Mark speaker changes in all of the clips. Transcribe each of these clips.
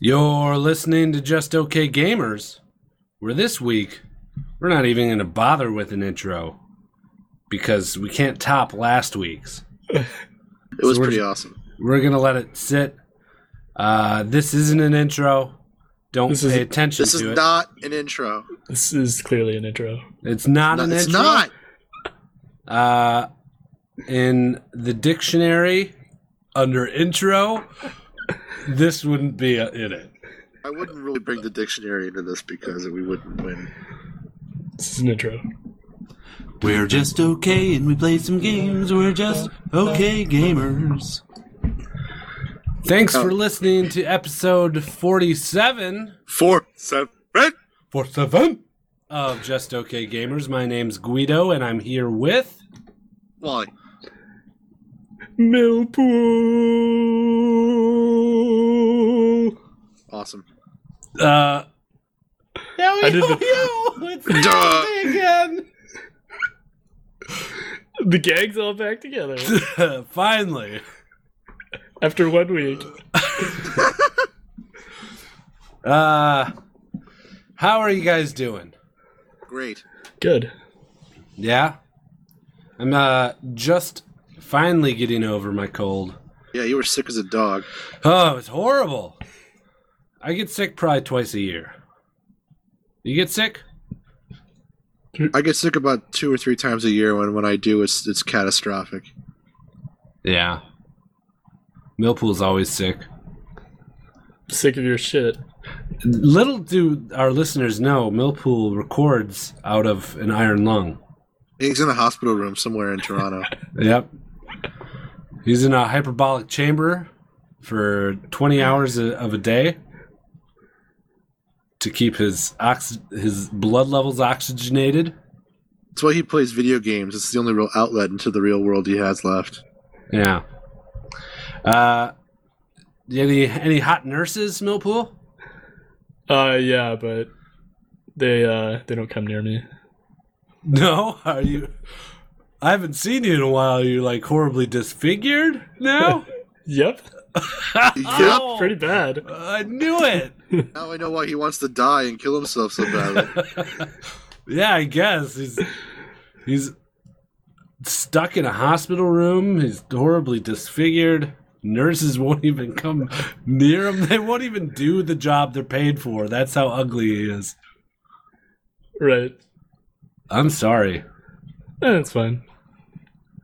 Speaker 1: You're listening to Just Okay Gamers, where this week we're not even going to bother with an intro because we can't top last week's.
Speaker 2: It was
Speaker 1: So we're-
Speaker 2: pretty awesome.
Speaker 1: We're going to let it sit. Uh, this isn't an intro. Don't
Speaker 3: This
Speaker 1: pay
Speaker 3: is-
Speaker 1: attention
Speaker 2: This is
Speaker 1: to it.
Speaker 2: not an intro.
Speaker 3: This is clearly an intro.
Speaker 1: it's not
Speaker 2: No,
Speaker 1: an
Speaker 2: it's
Speaker 1: intro.
Speaker 2: not.
Speaker 1: Uh, in the dictionary, under intro, this wouldn't be uh in it.
Speaker 2: I wouldn't really bring the dictionary into this because we wouldn't win.
Speaker 3: This is an intro.
Speaker 4: We're just okay and we play some games. We're just okay gamers.
Speaker 1: Thanks for listening to episode 47.
Speaker 2: Four, seven,
Speaker 1: for seven of Just Okay Gamers. My name's Guido, and I'm here with
Speaker 2: Wally.
Speaker 3: Millpool.
Speaker 2: Awesome.
Speaker 1: uh. Yo,
Speaker 3: I did
Speaker 1: yo,
Speaker 3: the-
Speaker 1: yo! It's
Speaker 2: Duh.
Speaker 1: Thursday again.
Speaker 3: The gang's all back together
Speaker 1: Finally,
Speaker 3: after one week.
Speaker 1: uh, how are you guys doing?
Speaker 2: Great.
Speaker 3: Good.
Speaker 1: Yeah, I'm uh just finally getting over my cold.
Speaker 2: Yeah, you were sick as a dog.
Speaker 1: Oh, it's horrible. I get sick probably twice a year. You get sick?
Speaker 2: I get sick about two or three times a year when when I do it's it's catastrophic.
Speaker 1: Yeah. Millpool's always sick.
Speaker 3: Sick of your shit.
Speaker 1: Little do our listeners know, Millpool records out of an iron lung.
Speaker 2: He's in a hospital room somewhere in Toronto.
Speaker 1: Yep. He's in a hyperbolic chamber for 20 hours a- of a day to keep his ox- his blood levels oxygenated.
Speaker 2: That's why he plays video games. It's the only real outlet into the real world he has left.
Speaker 1: Yeah. Uh, any any hot nurses, Millpool?
Speaker 3: Uh, yeah, but they uh they don't come near me.
Speaker 1: No, are you? I haven't seen you in a while. You're like horribly disfigured now.
Speaker 3: Yep,
Speaker 2: Yep.
Speaker 1: Oh.
Speaker 3: pretty bad.
Speaker 1: I knew it.
Speaker 2: Now I know why he wants to die and kill himself so badly.
Speaker 1: yeah, I guess he's he's stuck in a hospital room. He's horribly disfigured. Nurses won't even come near him. They won't even do the job they're paid for. That's how ugly he is.
Speaker 3: Right.
Speaker 1: I'm sorry.
Speaker 3: Eh, it's fine.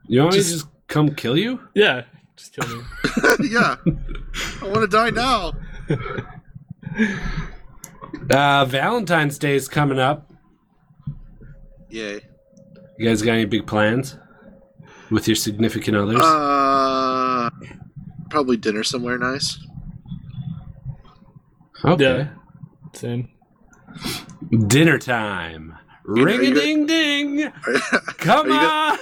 Speaker 1: You want me
Speaker 3: Just-
Speaker 1: to just come kill you?
Speaker 3: Yeah, just kill me.
Speaker 2: yeah. I want to die now.
Speaker 1: Uh, Valentine's Day is coming up.
Speaker 2: Yay.
Speaker 1: You guys got any big plans with your significant others?
Speaker 2: Uh, probably dinner somewhere nice.
Speaker 1: okay.
Speaker 3: Yeah. Same.
Speaker 1: Dinner time.
Speaker 2: you
Speaker 1: Ring a ding ding. Come
Speaker 2: you
Speaker 1: on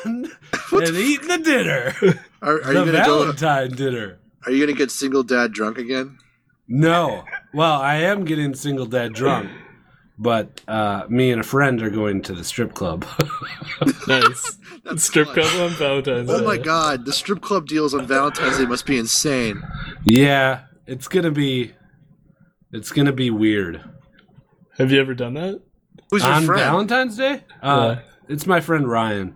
Speaker 1: and eat the dinner.
Speaker 2: Are, are you
Speaker 1: the
Speaker 2: gonna go?
Speaker 1: Valentine dinner.
Speaker 2: Are you gonna get single dad drunk again?
Speaker 1: No. Well, I am getting single dad drunk, but uh, me and a friend are going to the strip club.
Speaker 3: Nice. Strip
Speaker 2: fun.
Speaker 3: club on Valentine's
Speaker 2: Oh
Speaker 3: Day.
Speaker 2: my
Speaker 1: Uh,
Speaker 2: god, the strip club deals on Valentine's Day must be insane.
Speaker 1: yeah, it's gonna be, it's gonna be weird.
Speaker 3: Have you ever done that?
Speaker 2: Who's your
Speaker 1: On
Speaker 2: friend?
Speaker 1: Valentine's Day, uh,
Speaker 3: Yeah.
Speaker 1: it's my friend Ryan,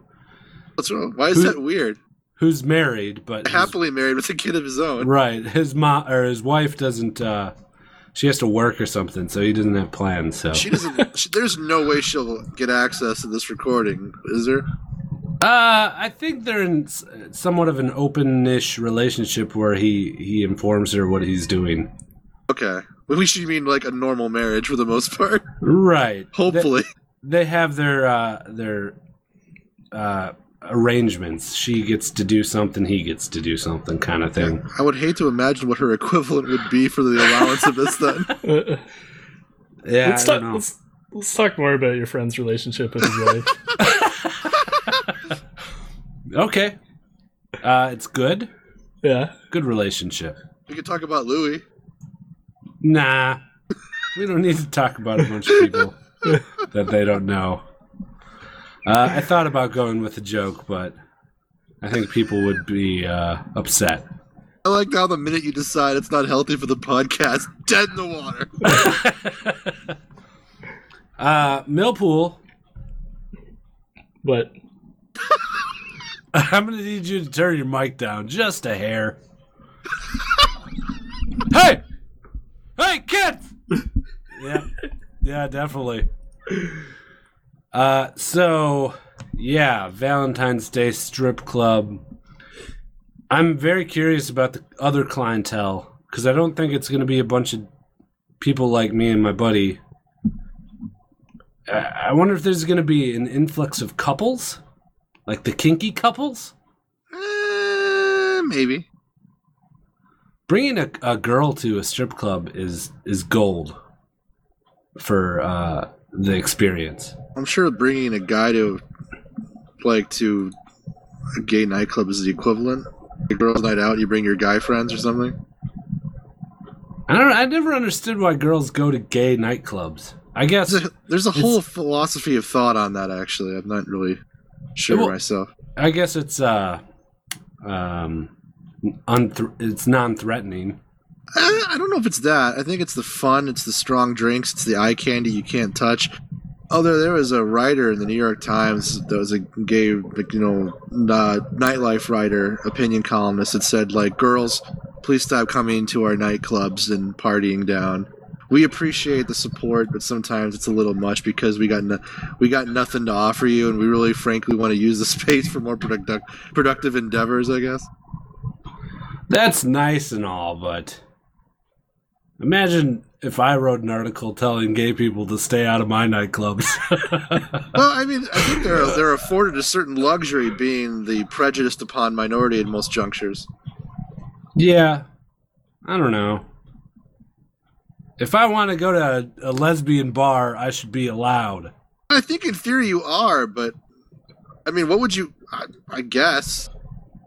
Speaker 2: What's wrong? Why is
Speaker 1: Who-
Speaker 2: that weird?
Speaker 1: who's married, but his-
Speaker 2: Happily married with a kid of his own.
Speaker 1: right, his mom or his wife doesn't. Uh, she has to work or something, so he doesn't have plans. So
Speaker 2: She doesn't. She, there's no way she'll get access to this recording, is there?
Speaker 1: Uh, I think they're in s- somewhat of an open-ish relationship where he he informs her what he's doing.
Speaker 2: Okay. Well, we should mean like a normal marriage for the most part.
Speaker 1: Right.
Speaker 2: Hopefully.
Speaker 1: They, they have their uh, their uh, arrangements. She gets to do something. He gets to do something, kind of thing.
Speaker 2: I would hate to imagine what her equivalent would be for the allowance of this then.
Speaker 3: Uh,
Speaker 1: Yeah.
Speaker 3: let's
Speaker 1: I
Speaker 3: talk.
Speaker 1: don't know.
Speaker 3: Let's, let's talk more about your friend's relationship with his wife.
Speaker 1: Okay. Uh, it's good.
Speaker 3: Yeah.
Speaker 1: Good relationship.
Speaker 2: We could talk about Louis.
Speaker 1: Nah. We don't need to talk about a bunch of people that they don't know. Uh, I thought about going with a joke, but I think people would be uh, upset.
Speaker 2: I like how the minute you decide it's not healthy for the podcast, dead in the water.
Speaker 1: Uh, Millpool,
Speaker 3: But
Speaker 1: I'm gonna need you to turn your mic down just a hair. hey, hey, kids! yeah, yeah, definitely. Uh, so yeah, Valentine's Day strip club. I'm very curious about the other clientele because I don't think it's gonna be a bunch of people like me and my buddy. I I wonder if there's gonna be an influx of couples, like the kinky couples.
Speaker 2: Eh, maybe.
Speaker 1: bringing a, a girl to a strip club is is gold for uh, the experience.
Speaker 2: I'm sure bringing a guy to, like, to a gay nightclub is the equivalent. A girls' night out, you bring your guy friends or something.
Speaker 1: I don't. I never understood why girls go to gay nightclubs. I guess
Speaker 2: There's a, there's a whole philosophy of thought on that. Actually, I'm not really sure
Speaker 1: Well-
Speaker 2: myself.
Speaker 1: I guess it's uh, um, unth- it's non-threatening.
Speaker 2: Uh, I, I don't know if it's that. I think it's the fun, it's the strong drinks, it's the eye candy you can't touch. Although there was a writer in the New York Times that was a gay, like, you know, uh, nightlife writer, opinion columnist that said like, "Girls, please stop coming to our nightclubs and partying down. We appreciate the support, but sometimes it's a little much because we got no- we got nothing to offer you, and we really, frankly, want to use the space for more productive productive endeavors. I guess."
Speaker 1: That's nice and all, but imagine if I wrote an article telling gay people to stay out of my nightclubs.
Speaker 2: Well, I mean, I think they're they're afforded a certain luxury, being the prejudiced upon minority in most junctures.
Speaker 1: Yeah. I don't know. If I want to go to a, a lesbian bar, I should be allowed.
Speaker 2: I think in theory you are, but I mean, what would you? I, I guess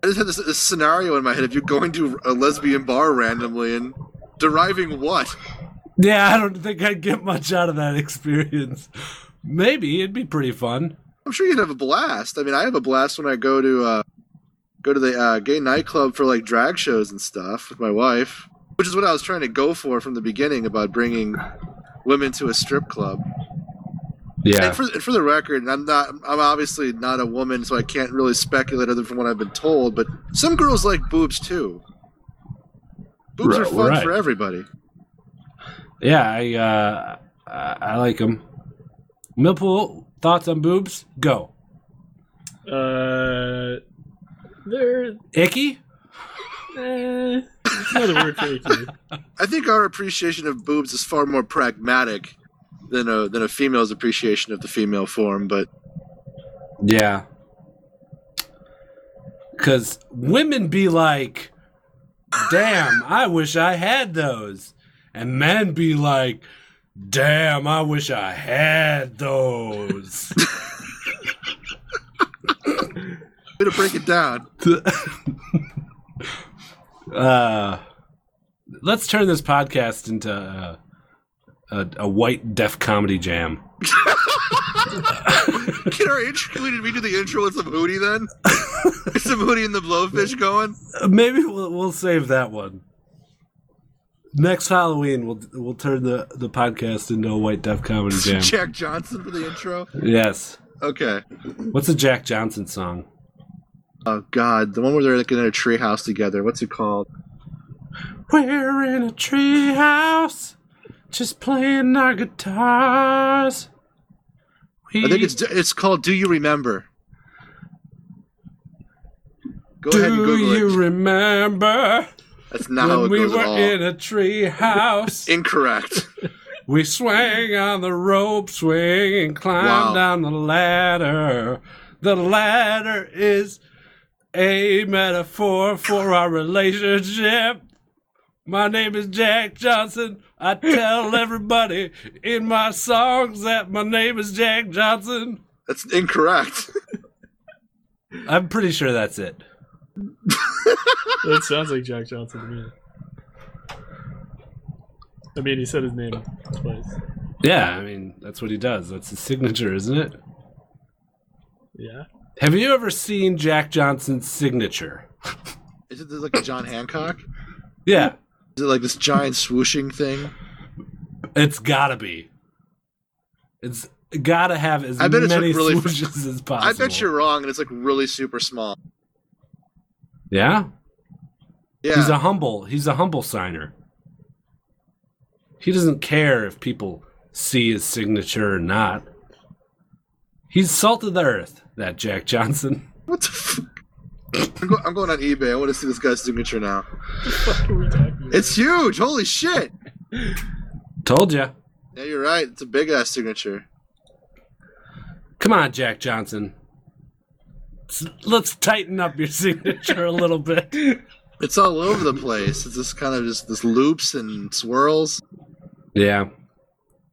Speaker 2: I just had this, this scenario in my head of you going to a lesbian bar randomly and deriving what?
Speaker 1: Yeah, I don't think I'd get much out of that experience. Maybe it'd be pretty fun.
Speaker 2: I'm sure you'd have a blast. I mean, I have a blast when I go to uh, go to the uh, gay nightclub for like drag shows and stuff with my wife, which is what I was trying to go for from the beginning about bringing women to a strip club. And for, and for the record, and I'm not. I'm obviously not a woman, so I can't really speculate other from what I've been told. But some girls like boobs too. Boobs are
Speaker 1: Ri-
Speaker 2: fun
Speaker 1: right.
Speaker 2: for everybody.
Speaker 1: Yeah, I uh I, I like them. Millpool, thoughts on boobs? Go.
Speaker 3: uh, there,
Speaker 1: Icky?
Speaker 3: eh, it's another word for it.
Speaker 2: I think our appreciation of boobs is far more pragmatic than a than a female's appreciation of the female form. But
Speaker 1: Yeah. Cause women be like, damn, I wish I had those. And men be like, damn, I wish I had those.
Speaker 2: way to break it down.
Speaker 1: uh, let's turn this podcast into uh, a, a white deaf comedy jam.
Speaker 2: Can our intro? Did we do the intro with some Hootie then? Is some Hootie and the Blowfish going?
Speaker 1: Uh, Maybe we'll, we'll save that one. Next Halloween, we'll we'll turn the, the podcast into a white deaf comedy jam.
Speaker 2: Jack Johnson for the intro.
Speaker 1: Yes.
Speaker 2: Okay.
Speaker 1: What's a Jack Johnson song?
Speaker 2: Oh God, the one where they're like in a treehouse together. What's it called?
Speaker 1: We're in a treehouse, just playing our guitars. We
Speaker 2: I think it's
Speaker 1: Mm-hmm.
Speaker 2: it's called "Do You Remember." Go
Speaker 1: Do
Speaker 2: ahead and Google
Speaker 1: you
Speaker 2: it.
Speaker 1: remember
Speaker 2: That's not how it
Speaker 1: when we
Speaker 2: goes
Speaker 1: were
Speaker 2: at all.
Speaker 1: in a treehouse?
Speaker 2: Incorrect.
Speaker 1: we swang on the rope swing and climbed
Speaker 2: Wow.
Speaker 1: down the ladder. The ladder is a metaphor for our relationship. My name is Jack Johnson. I tell everybody in my songs that my name is Jack Johnson.
Speaker 2: That's incorrect.
Speaker 1: I'm pretty sure that's it.
Speaker 3: That sounds like Jack Johnson to me. I mean, he said his name twice.
Speaker 1: Yeah, I mean, that's what he does. That's his signature, isn't it?
Speaker 3: Yeah.
Speaker 1: Have you ever seen Jack Johnson's signature?
Speaker 2: Is it like a John Hancock?
Speaker 1: Yeah,
Speaker 2: Is it like this giant swooshing thing?
Speaker 1: it's gotta be. It's gotta have as
Speaker 2: I bet it's
Speaker 1: many
Speaker 2: really-
Speaker 1: swooshes as possible.
Speaker 2: I bet you're wrong, and it's like really super small.
Speaker 1: Yeah? he's
Speaker 2: Yeah,
Speaker 1: a humble. He's a humble signer. He doesn't care if people see his signature or not. He's salt of the earth. That Jack Johnson.
Speaker 2: what the? Fuck? I'm, go- I'm going on eBay. I want to see this guy's signature now.
Speaker 3: What are we talking about?
Speaker 2: It's huge. Holy shit!
Speaker 1: Told ya.
Speaker 2: Yeah, you're right. It's a big ass signature.
Speaker 1: Come on, Jack Johnson. S- Let's tighten up your signature a little bit.
Speaker 2: It's all over the place. It's just kind of just this loops and swirls.
Speaker 1: Yeah.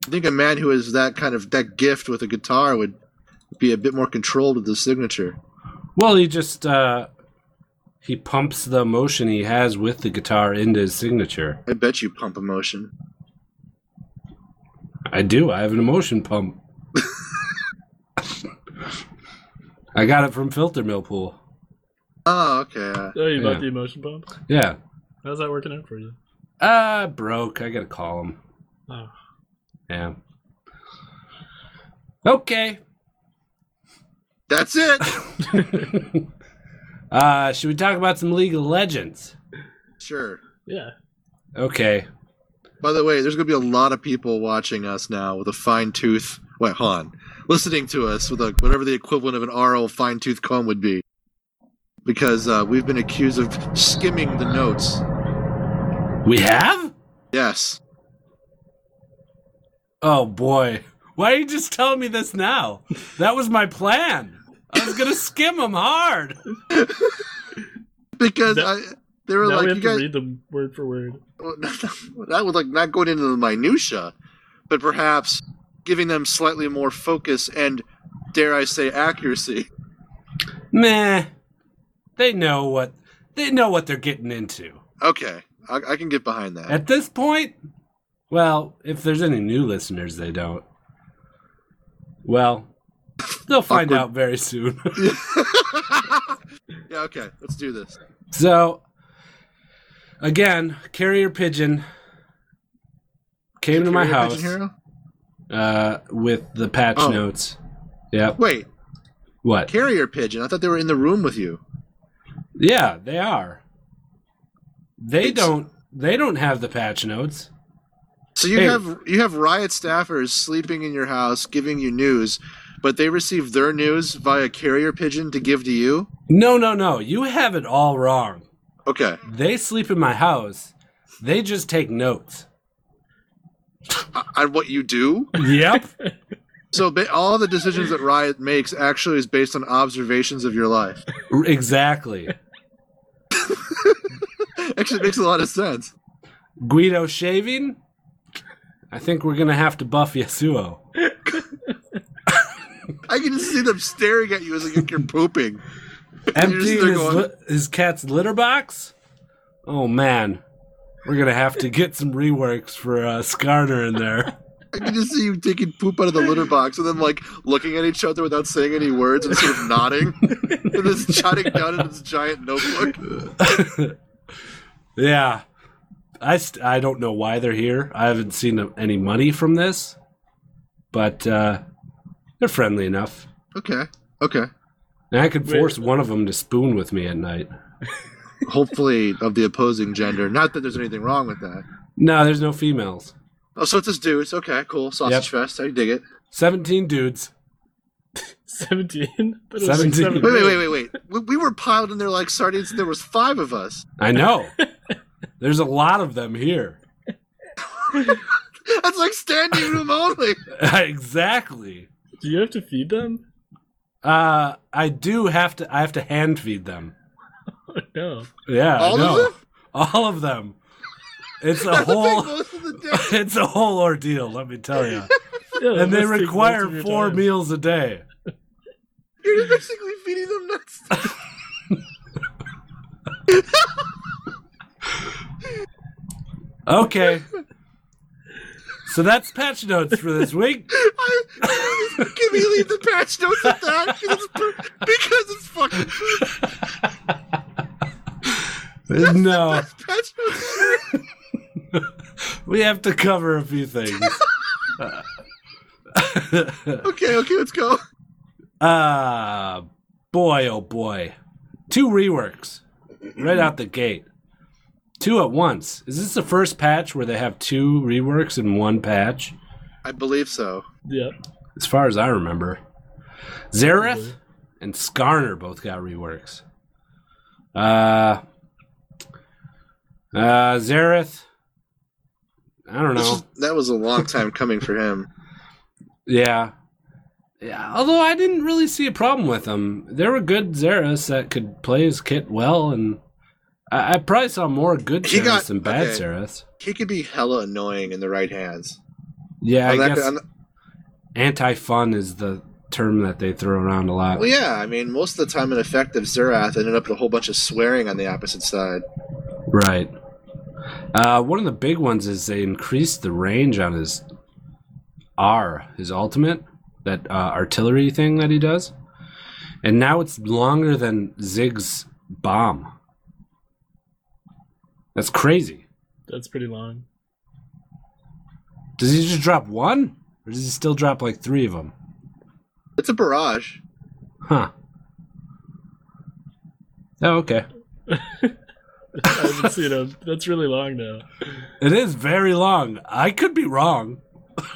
Speaker 2: I think a man who has that kind of that gift with a guitar would be a bit more controlled with the signature.
Speaker 1: Well, he just uh he pumps the emotion he has with the guitar into his signature.
Speaker 2: I bet you pump emotion.
Speaker 1: I do. I have an emotion pump. I got it from Filter Mill Pool.
Speaker 2: Oh, okay.
Speaker 3: Oh, you bought
Speaker 1: Yeah.
Speaker 3: the emotion pump?
Speaker 1: Yeah.
Speaker 3: How's that working out for you?
Speaker 1: Uh broke. I gotta call him.
Speaker 3: Oh.
Speaker 1: Yeah. Okay.
Speaker 2: That's it.
Speaker 1: uh should we talk about some League of Legends?
Speaker 2: Sure.
Speaker 3: Yeah.
Speaker 1: Okay.
Speaker 2: By the way, there's going to be a lot of people watching us now with a fine tooth. Wait, hold on. Listening to us with a, whatever the equivalent of an RO fine tooth comb would be. Because uh, we've been accused of skimming the notes.
Speaker 1: We have?
Speaker 2: Yes.
Speaker 1: Oh boy. Why are you just telling me this now? That was my plan. I was gonna skim them hard.
Speaker 2: Because
Speaker 3: No-
Speaker 2: I, they were
Speaker 3: now
Speaker 2: like,
Speaker 3: we
Speaker 2: you
Speaker 3: have to
Speaker 2: guys.
Speaker 3: read them word for word.
Speaker 2: that would like not going into the minutia, but perhaps giving them slightly more focus and, dare I say, accuracy.
Speaker 1: Meh. They know what they know what they're getting into.
Speaker 2: Okay, I, I can get behind that.
Speaker 1: At this point, well, if there's any new listeners, they don't. Well, they'll find
Speaker 2: Awkward.
Speaker 1: out very soon.
Speaker 2: yeah, okay, let's do this.
Speaker 1: so, again, carrier pigeon came to my
Speaker 2: Carrier
Speaker 1: house
Speaker 2: pigeon hero?
Speaker 1: uh, with the patch
Speaker 2: Oh.
Speaker 1: notes. Yep.
Speaker 2: Wait,
Speaker 1: What?
Speaker 2: carrier pigeon. I thought they were in the room with you.
Speaker 1: Yeah, they are. They
Speaker 2: It's-
Speaker 1: don't. They don't have the patch notes.
Speaker 2: So you
Speaker 1: Hey.
Speaker 2: have you have riot staffers sleeping in your house, giving you news, but they receive their news via carrier pigeon to give to you.
Speaker 1: No, no, no. You have it all wrong.
Speaker 2: Okay,
Speaker 1: They sleep in my house. They just take notes.
Speaker 2: on on what you do.
Speaker 1: Yep.
Speaker 2: So ba- all the decisions that Riot makes actually is based on observations of your life.
Speaker 1: exactly.
Speaker 2: Actually, it makes a lot of sense.
Speaker 1: Guido shaving. I think we're gonna have to buff Yasuo.
Speaker 2: I can just see them staring at you as like you're pooping.
Speaker 1: Emptying
Speaker 2: there
Speaker 1: his,
Speaker 2: going-
Speaker 1: li- his cat's litter box. Oh man, we're gonna have to get some reworks for uh, Skarner in there.
Speaker 2: I can just see you taking poop out of the litter box and then like looking at each other without saying any words and sort of nodding and just jotting down in this giant notebook.
Speaker 1: Yeah. I, st- I don't know why they're here. I haven't seen them- any money from this, but uh, they're friendly enough.
Speaker 2: Okay. Okay.
Speaker 1: And I could
Speaker 3: Wait.
Speaker 1: force one of them to spoon with me at night.
Speaker 2: Hopefully of the opposing gender. Not that there's anything wrong with that.
Speaker 1: No, there's no females.
Speaker 2: Oh, so it's this dude's. Okay, cool. Sausage fest. I dig it.
Speaker 1: 17 dudes.
Speaker 3: 17? That was
Speaker 1: 17.
Speaker 3: seventh
Speaker 2: Wait, wait, wait,
Speaker 3: grade.
Speaker 2: wait, wait. We, we were piled in there like sardines and there was five of us.
Speaker 1: I know. there's a lot of them here.
Speaker 2: That's like standing room only.
Speaker 1: exactly.
Speaker 3: Do you have to feed them?
Speaker 1: Uh, I do have to I have to hand feed them.
Speaker 3: No.
Speaker 1: Yeah, I
Speaker 2: All
Speaker 1: know.
Speaker 2: of them?
Speaker 1: All of them. It's a
Speaker 2: That's the thing,
Speaker 1: whole
Speaker 2: most of the day.
Speaker 1: it's a whole ordeal, let me tell you.
Speaker 3: Yeah, that
Speaker 1: and they
Speaker 3: must take
Speaker 1: require
Speaker 3: most of your
Speaker 1: four
Speaker 3: time.
Speaker 1: meals a day.
Speaker 2: You're basically feeding them nuts.
Speaker 1: Okay. so that's patch notes for this week.
Speaker 2: I, can we leave the patch notes at that? Because it's, per- because it's fucking true.
Speaker 1: no,
Speaker 2: Patch was-
Speaker 1: we have to cover a few things.
Speaker 2: okay, okay, let's go.
Speaker 1: Ah, boy, oh boy. Two reworks right out the gate. Two at once. Is this the first patch where they have two reworks in one patch?
Speaker 2: I believe so.
Speaker 3: Yeah.
Speaker 1: As far as I remember, Zareth
Speaker 2: Mm-hmm.
Speaker 1: and Skarner both got reworks. Uh, uh, Zareth. I don't
Speaker 2: This
Speaker 1: know.
Speaker 2: was- that was a long time coming for him.
Speaker 1: Yeah. Yeah, although I didn't really see a problem with them. There were good Zeros that could play his kit well, and I, I probably saw more good
Speaker 2: He
Speaker 1: Zeros
Speaker 2: got-
Speaker 1: than bad
Speaker 2: okay.
Speaker 1: Zeros.
Speaker 2: He could be hella annoying in the right hands.
Speaker 1: Yeah, I
Speaker 2: On Oh, that-
Speaker 1: guess
Speaker 2: on the-
Speaker 1: anti fun is the term that they throw around a lot.
Speaker 2: well, yeah, I mean, most of the time an effective Zerath ended up with a whole bunch of swearing on the opposite side.
Speaker 1: Right. Uh, one of the big ones is they increased the range on his R, his ultimate, that uh, artillery thing that he does. And now it's longer than Zig's bomb. That's crazy.
Speaker 3: That's pretty long.
Speaker 1: Does he just drop one? Or does he still drop like three of them?
Speaker 2: It's a barrage.
Speaker 1: Huh. Oh, okay.
Speaker 3: I haven't seen him. That's really long now.
Speaker 1: It is very long. I could be wrong.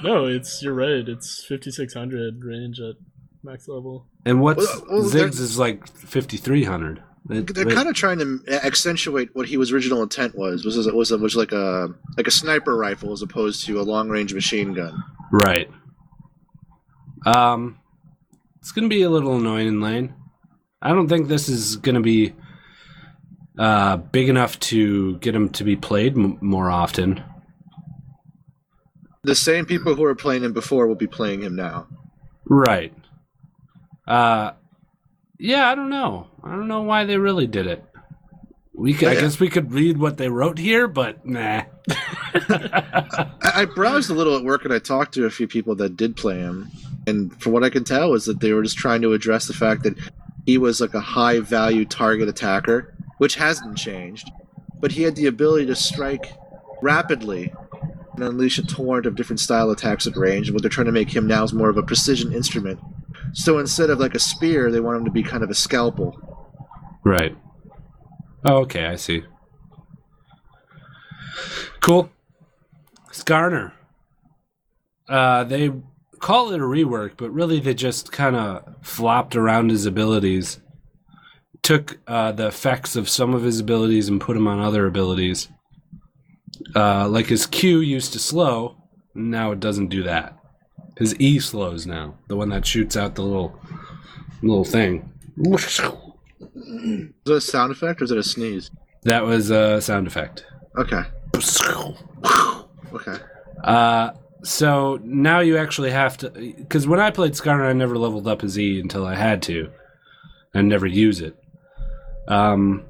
Speaker 3: No, it's you're right. It's 5600 range at max level.
Speaker 1: And what's
Speaker 2: Well, well, they're-
Speaker 1: Zig's is like 5,300.
Speaker 2: They're kind of trying to e, accentuate what he was original intent was, was was was, was like a like a sniper rifle as opposed to a long range machine gun.
Speaker 1: Right. Um, it's gonna be a little annoying in lane. I don't think this is gonna be uh big enough to get him to be played m- more often.
Speaker 2: The same people who were playing him before will be playing him now.
Speaker 1: Right. Uh, yeah. I don't know. I don't know why they really did it. We could, I
Speaker 2: Yeah.
Speaker 1: guess we could read what they wrote here, but nah.
Speaker 2: I, I browsed a little at work and I talked to a few people that did play him, and from what I can tell is that they were just trying to address the fact that he was like a high value target attacker, which hasn't changed, but he had the ability to strike rapidly and unleash a torrent of different style attacks at range. What they're trying to make him now is more of a precision instrument. So instead of like a spear, they want him to be kind of a scalpel.
Speaker 1: Right. Oh, okay, I see. Cool. Skarner. Uh, they call it a rework, but really they just kind of flopped around his abilities, took uh, the effects of some of his abilities and put them on other abilities. Uh, like his Q used to slow, now it doesn't do that. His E slows now, the one that shoots out the little little thing.
Speaker 2: Is that a sound effect or is it a sneeze?
Speaker 1: That was a sound effect.
Speaker 2: Okay. Okay.
Speaker 1: Uh, so now you actually have to, because when I played Skarner, I never leveled up his E until I had to, and never use it. Um,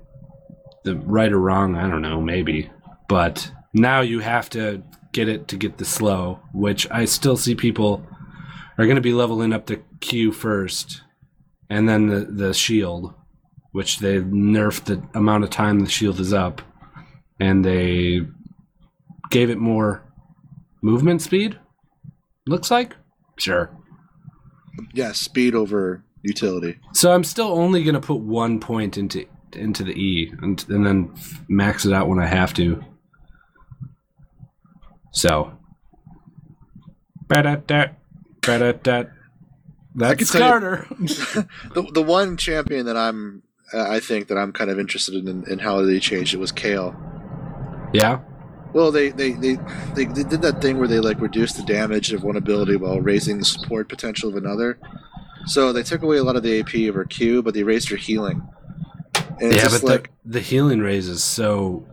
Speaker 1: the right or wrong, I don't know, maybe, but now you have to get it to get the slow, which I still see people are going to be leveling up the Q first, and then the the shield, which they nerfed the amount of time the shield is up, and they gave it more movement speed looks like sure
Speaker 2: Yeah, speed over utility.
Speaker 1: so i'm still only going to put one point into into the e and, and then f- max it out when i have to so Ba-da-da, ba-da-da. that's
Speaker 2: tell you-
Speaker 1: Carter.
Speaker 2: The, the one champion that I'm, uh, I think that I'm kind of interested in, in how they changed it was Kale.
Speaker 1: yeah
Speaker 2: Well, they they, they, they they did that thing where they like reduced the damage of one ability while raising the support potential of another. So they took away a lot of the AP of her Q, but they raised her healing. And it's
Speaker 1: yeah
Speaker 2: just
Speaker 1: but
Speaker 2: like
Speaker 1: the, the healing raise is so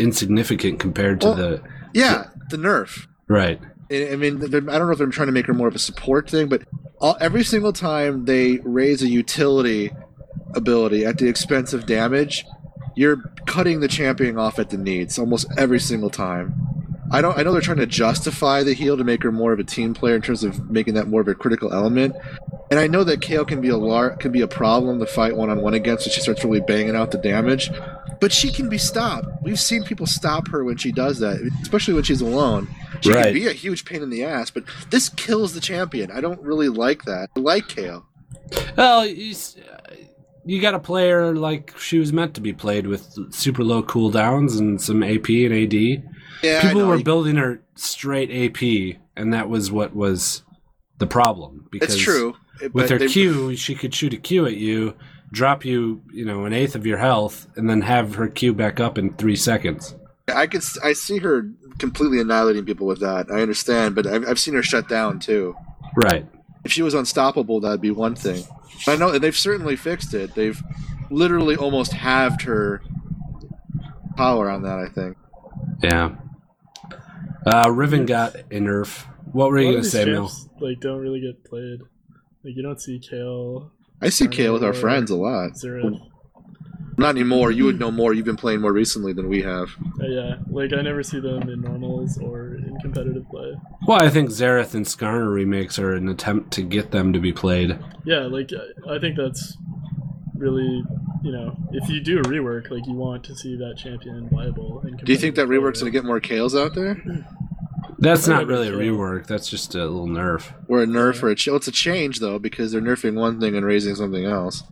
Speaker 1: insignificant compared to
Speaker 2: Well-
Speaker 1: the
Speaker 2: yeah, the nerf.
Speaker 1: right
Speaker 2: I I mean, they're- I don't know if I'm trying to make her more of a support thing, but all, every single time they raise a utility ability at the expense of damage, you're cutting the champion off at the knees almost every single time. I don't. I know they're trying to justify the heel to make her more of a team player in terms of making that more of a critical element. And I know that KO can be a lar- can be a problem to fight one on one against when she starts really banging out the damage, but she can be stopped. We've seen people stop her when she does that, especially when she's alone. She
Speaker 1: Right.
Speaker 2: can be a huge pain in the ass, but this kills the champion. I don't really like that. I like KO.
Speaker 1: Well, you, s- uh, you got to play her like she was meant to be played with super low cooldowns and some AP and AD.
Speaker 2: Yeah, I
Speaker 1: People
Speaker 2: know.
Speaker 1: were
Speaker 2: You-
Speaker 1: building her straight AP, and that was what was the problem. Because
Speaker 2: it's true. It-
Speaker 1: With
Speaker 2: but
Speaker 1: her
Speaker 2: they-
Speaker 1: Q, she could shoot a Q at you, drop you, you know, an eighth of your health, and then have her Q back up in three seconds.
Speaker 2: I could s- I see her completely annihilating people with that. I understand, but I've, I've seen her shut down too.
Speaker 1: Right.
Speaker 2: If she was unstoppable, that'd be one thing. I know they've certainly fixed it. They've literally almost halved her power on that. I think.
Speaker 1: Yeah. Uh, Riven got a nerf. What were
Speaker 3: A
Speaker 1: you
Speaker 3: lot
Speaker 1: going
Speaker 3: of
Speaker 1: to
Speaker 3: these
Speaker 1: say, Mel?
Speaker 3: champs, Like, don't really get played. Like, you don't see Kale,
Speaker 2: I see Kale with our friends a lot.
Speaker 3: Xerath.
Speaker 2: Not anymore. You would know more. You've been playing more recently than we have.
Speaker 3: Uh, yeah, like I never see them in normals or in competitive play.
Speaker 1: Well, I think Xerath and Skarner remakes are an attempt to get them to be played.
Speaker 3: Yeah, like I- I think that's really, you know, if you do a rework, like you want to see that champion viable. In
Speaker 2: Do you think that
Speaker 3: competitive play,
Speaker 2: rework's gonna
Speaker 3: right?
Speaker 2: get more Kales out there,
Speaker 1: That's not really a rework. That's just a little nerf.
Speaker 2: or a nerf, or a ch- well, it's a change though because they're nerfing one thing and raising something else.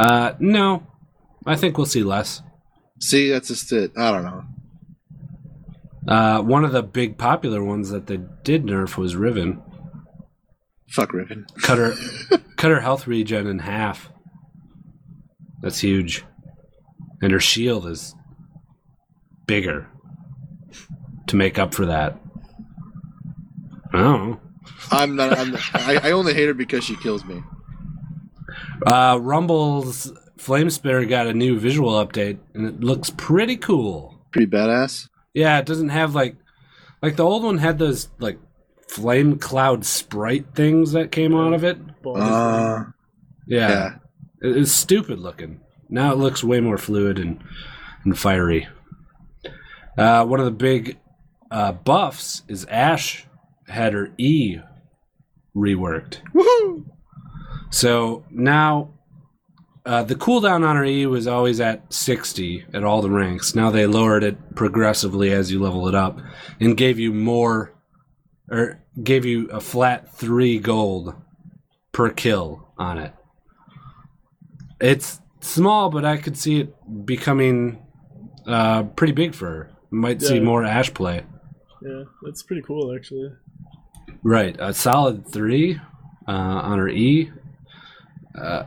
Speaker 1: Uh, no, I think we'll see less.
Speaker 2: See, that's just it. I don't know.
Speaker 1: Uh, one of the big popular ones that they did nerf was Riven.
Speaker 2: Fuck Riven.
Speaker 1: Cut her, cut her health regen in half. That's huge, and her shield is bigger to make up for that. Oh.
Speaker 2: I'm not. I'm, I, I only hate her because she kills me.
Speaker 1: Uh, Rumble's Flamespear got a new visual update, and it looks pretty cool.
Speaker 2: Pretty badass.
Speaker 1: Yeah, it doesn't have like, like the old one had those like flame cloud sprite things that came out of it.
Speaker 3: Ball is
Speaker 2: Uh,
Speaker 1: Yeah,
Speaker 2: yeah.
Speaker 1: It, it's stupid looking. Now it looks way more fluid and and fiery. Uh, one of the big uh, buffs is Ash had her E reworked.
Speaker 2: Woohoo!
Speaker 1: So now uh, the cooldown on our EU was always at 60 at all the ranks. Now they lowered it progressively as you level it up and gave you more, or gave you a flat three gold per kill on it. It's small, but I could see it becoming uh, pretty big for her. Might see
Speaker 3: Yeah.
Speaker 1: more Ash play.
Speaker 3: yeah, that's pretty cool actually.
Speaker 1: Right, a solid three uh, on her E. Uh,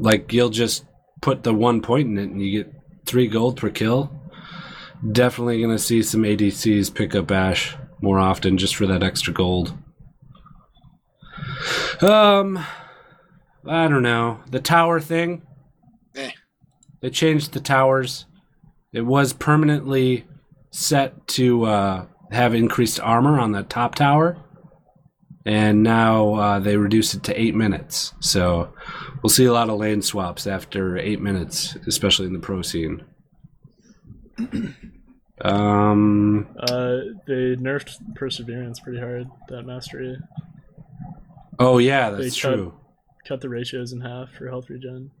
Speaker 1: like you'll just put the one point in it, and you get three gold per kill. Definitely gonna see some ADCs pick up Ash more often, just for that extra gold. Um, I don't know the tower thing.
Speaker 2: Eh.
Speaker 1: They changed the towers. It was permanently set to uh, have increased armor on the top tower and now uh, they reduce it to eight minutes. So we'll see a lot of lane swaps after eight minutes, especially in the pro scene. Um,
Speaker 3: Uh, they nerfed perseverance pretty hard. That mastery
Speaker 1: oh yeah, that's
Speaker 3: They cut-
Speaker 1: true.
Speaker 3: cut the ratios in half for health regen.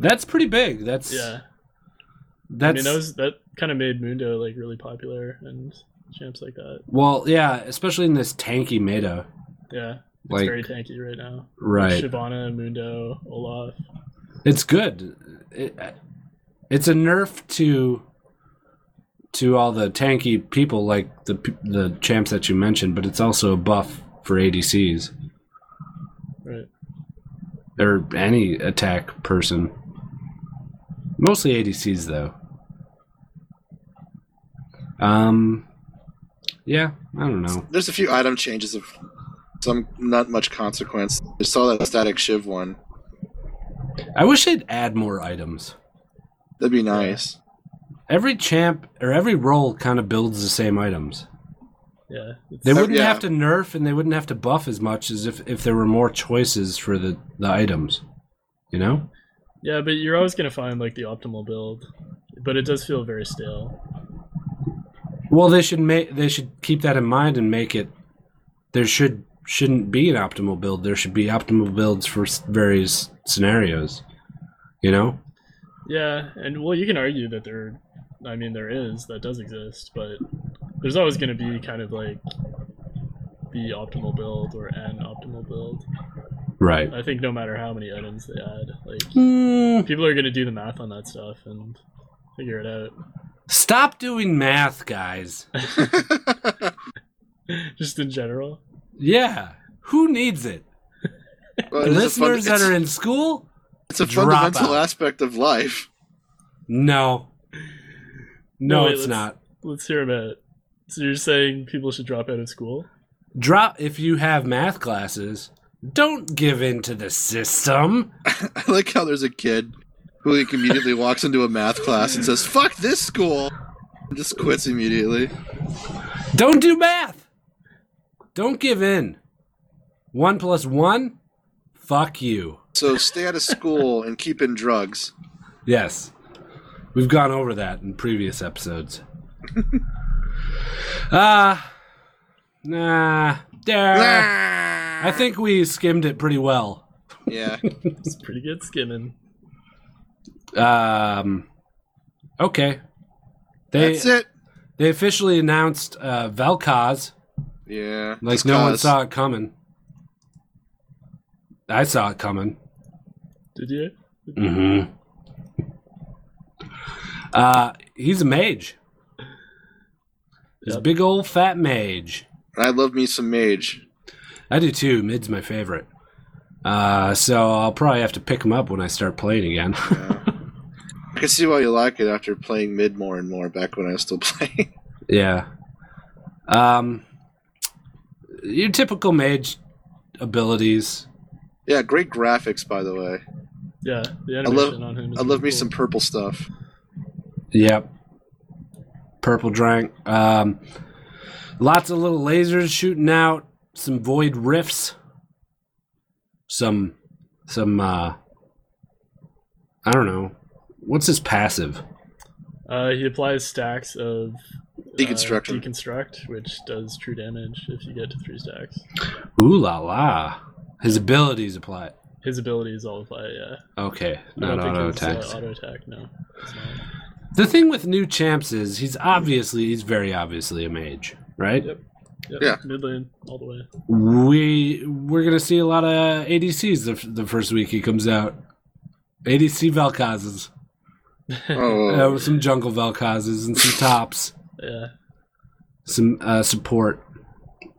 Speaker 1: That's pretty big. That's
Speaker 3: Yeah, I
Speaker 1: That's
Speaker 3: mean that was that kind of made Mundo like really popular and champs like that.
Speaker 1: well, yeah, especially in this tanky meta.
Speaker 3: Yeah, it's
Speaker 1: Like
Speaker 3: very tanky right now.
Speaker 1: right,
Speaker 3: Shyvana, Mundo, Olaf.
Speaker 1: it's good. It, it's a nerf to to all the tanky people like the p- the champs that you mentioned, but it's also a buff for ADCs.
Speaker 3: Right.
Speaker 1: or any attack person. Mostly ADCs though. Um yeah, I don't know.
Speaker 2: There's a few item changes of some not much consequence. I saw that static shiv one.
Speaker 1: I wish they'd add more items.
Speaker 2: That'd be nice.
Speaker 1: Every champ or every role kind of builds the same items.
Speaker 3: Yeah. it's-
Speaker 1: They
Speaker 2: Oh,
Speaker 1: wouldn't
Speaker 2: yeah.
Speaker 1: have to nerf and they wouldn't have to buff as much as if, if there were more choices for the, the items. You know?
Speaker 3: Yeah, but you're always gonna find like the optimal build, but it does feel very stale.
Speaker 1: Well, they should make they should keep that in mind and make it. There should shouldn't be an optimal build. There should be optimal builds for s- various scenarios. You know,
Speaker 3: Yeah, and well, you can argue that there, I mean, there is that does exist, but there's always going to be kind of like the optimal build or an optimal build.
Speaker 1: right?
Speaker 3: I think no matter how many items they add, like
Speaker 1: Mm,
Speaker 3: people are going to do the math on that stuff and figure it out.
Speaker 1: stop doing math, guys.
Speaker 3: Just in general,
Speaker 1: Yeah, who needs it?
Speaker 2: Well, it is a fun-
Speaker 1: Listeners that
Speaker 2: it's-
Speaker 1: are in school?
Speaker 2: It's a
Speaker 1: Drop
Speaker 2: fundamental
Speaker 1: out.
Speaker 2: aspect of life.
Speaker 1: No, no,
Speaker 3: No, wait,
Speaker 1: it's
Speaker 3: let's-
Speaker 1: not.
Speaker 3: let's hear about. It. So you're saying people should drop out of school?
Speaker 1: Drop if you have math classes. Don't give in to the system.
Speaker 2: I like how there's a kid who like immediately walks into a math class and says, "Fuck this school," and just quits immediately.
Speaker 1: Don't do math. Don't give in. One plus one, fuck you.
Speaker 2: So stay out of school and keep in drugs.
Speaker 1: Yes. We've gone over that in previous episodes. Ah. nah. There. I think we skimmed it pretty well.
Speaker 2: Yeah.
Speaker 3: It's pretty good skimming.
Speaker 1: Um Okay. They
Speaker 2: That's it.
Speaker 1: they officially announced uh Velkaz.
Speaker 2: Yeah.
Speaker 1: Like
Speaker 2: Just
Speaker 1: no one
Speaker 2: cause.
Speaker 1: saw it coming. I saw it coming.
Speaker 3: Did you?
Speaker 1: hmm Uh, he's a mage. He's a
Speaker 3: Yep.
Speaker 1: big old fat mage.
Speaker 2: I love me some mage.
Speaker 1: I do too. Mid's my favorite. Uh, so I'll probably have to pick him up when I start playing again.
Speaker 2: Yeah. I can see why you like it after playing mid more and more back when I was still playing.
Speaker 1: yeah. Um, your typical mage abilities.
Speaker 2: yeah, great graphics by the way.
Speaker 3: Yeah, the
Speaker 2: love-
Speaker 3: animation on him. Is
Speaker 2: I love me
Speaker 3: really cool.
Speaker 2: some purple stuff.
Speaker 1: Yep. Purple drank. Um, lots of little lasers shooting out. Some void rifts. Some, some. uh I don't know. What's his passive?
Speaker 3: Uh, he applies stacks of
Speaker 2: Deconstruction.
Speaker 3: uh, deconstruct, which does true damage if you get to three stacks.
Speaker 1: Ooh la la. His abilities apply.
Speaker 3: His abilities all apply. Yeah,
Speaker 1: Okay,
Speaker 3: I don't
Speaker 1: not auto
Speaker 3: think
Speaker 1: attacks.
Speaker 3: it's, uh, auto attack. No, it's not.
Speaker 1: the thing with new champs is he's obviously, he's very obviously a mage, right?
Speaker 3: Yep. Yep,
Speaker 2: Yeah.
Speaker 3: mid lane all the way.
Speaker 1: we we're gonna see a lot of ADCs the, the first week he comes out. ADC Valkazes,
Speaker 2: Oh.
Speaker 1: uh, some jungle Valkazes, and some tops,
Speaker 3: Yeah,
Speaker 1: some uh, support.
Speaker 2: no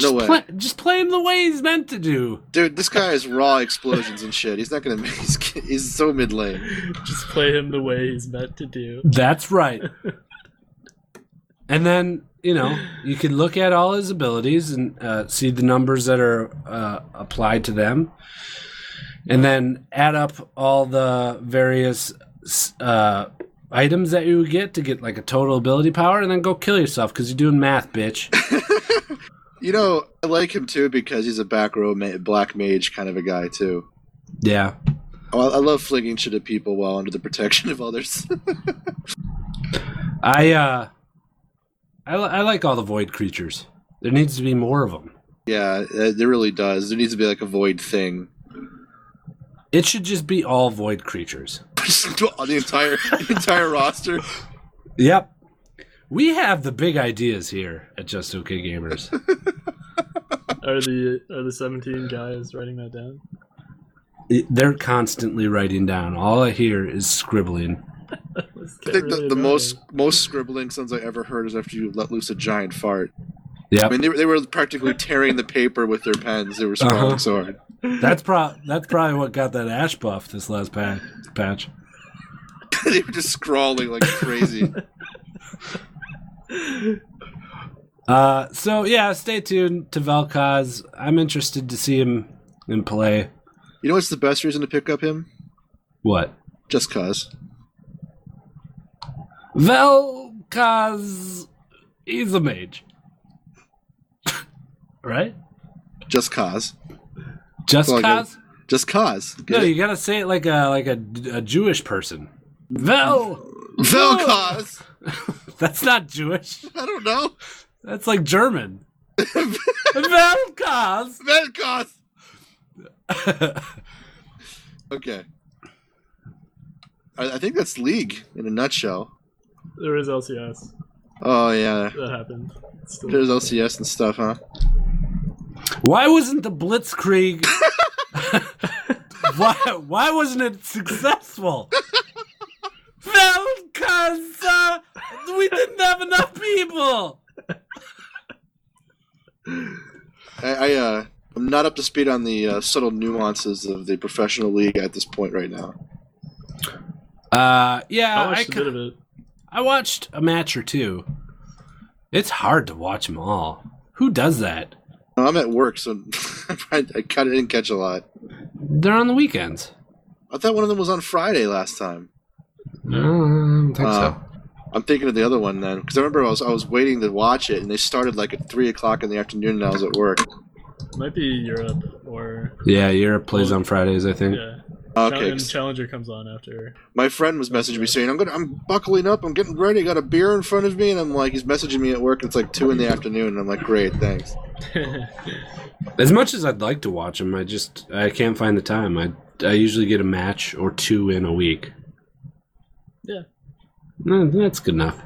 Speaker 1: Just
Speaker 2: way.
Speaker 1: play, just play him the way he's meant to do.
Speaker 2: Dude, this guy is raw explosions and shit. He's not gonna. He's, he's so mid lane.
Speaker 3: just play him the way he's meant to do.
Speaker 1: That's right. and then you know you can look at all his abilities and uh, see the numbers that are uh, applied to them, and then add up all the various s- uh, items that you would get to get like a total ability power, and then go kill yourself because you're doing math, bitch.
Speaker 2: You know, I like him too because he's a back row ma- black mage kind of a guy too.
Speaker 1: yeah.
Speaker 2: Oh, I I love flinging shit at people while under the protection of others.
Speaker 1: I uh, I, li- I like all the void creatures. There needs to be more of them.
Speaker 2: yeah, it it really does. There needs to be like a void thing.
Speaker 1: It should just be all void creatures.
Speaker 2: the entire the entire roster.
Speaker 1: Yep. We have the big ideas here at Just Okay Gamers.
Speaker 3: Are the are the seventeen guys writing that down?
Speaker 1: It- They're constantly writing down. All I hear is scribbling.
Speaker 3: Let's
Speaker 2: I
Speaker 3: get
Speaker 2: think
Speaker 3: really
Speaker 2: the, the
Speaker 3: annoying.
Speaker 2: most most scribbling sounds I ever heard is after you let loose a giant fart. I
Speaker 1: Yep.
Speaker 2: mean, they, were- they were practically tearing the paper with their pens. They were scrawling
Speaker 1: Uh-huh.
Speaker 2: so hard.
Speaker 1: That's pro- that's probably what got that ash buff this last pa- patch.
Speaker 2: they were just scrawling like crazy.
Speaker 1: Uh, so yeah, stay tuned to Valkaz. I'm interested to see him in play.
Speaker 2: you know what's the best reason to pick up him?
Speaker 1: What?
Speaker 2: Just cause.
Speaker 1: Velkaz is a mage. right?
Speaker 2: Just cause.
Speaker 1: Just
Speaker 2: Well, I
Speaker 1: cause?
Speaker 2: guess- Just cause.
Speaker 1: No,
Speaker 2: Get it?
Speaker 1: you gotta say it like a like a, a Jewish person. Vel
Speaker 2: Velkos.
Speaker 1: That's not Jewish.
Speaker 2: I don't know.
Speaker 1: That's like German. Velkas.
Speaker 2: Velkos. Okay. I, I think that's League in a nutshell.
Speaker 3: There is LCS.
Speaker 2: Oh yeah,
Speaker 3: That happened. It's still-
Speaker 2: there's LCS and stuff, huh?
Speaker 1: Why wasn't the Blitzkrieg? why why wasn't it successful? Well, because uh, we didn't have enough people.
Speaker 2: I, I uh, I'm not up to speed on the uh, subtle nuances of the professional league at this point right now.
Speaker 1: Uh, yeah,
Speaker 3: I
Speaker 1: I,
Speaker 3: watched a
Speaker 1: ca-
Speaker 3: bit of it.
Speaker 1: I watched a match or two. It's hard to watch them all. Who does that?
Speaker 2: No, Uh, I'm at work, so I, I cut it didn't catch a lot.
Speaker 1: They're on the weekends.
Speaker 2: I thought one of them was on Friday last time.
Speaker 1: No, I don't think
Speaker 2: Uh,
Speaker 1: so.
Speaker 2: I'm thinking of the other one then, because I remember I was I was waiting to watch it, and they started like at three o'clock in the afternoon, and I was at work.
Speaker 3: Might be Europe or
Speaker 1: Yeah, Europe plays on Fridays, I think.
Speaker 3: yeah.
Speaker 2: Okay,
Speaker 3: And Challenger comes on after.
Speaker 2: my friend was messaging me saying, "I'm gonna, I'm buckling up, I'm getting ready, got a beer in front of me," and I'm like, he's messaging me at work. It's like two in the afternoon, and I'm like, "Great, thanks."
Speaker 1: As much as I'd like to watch them, I just I can't find the time. I I usually get a match or two in a week.
Speaker 3: Yeah.
Speaker 1: No, that's good enough.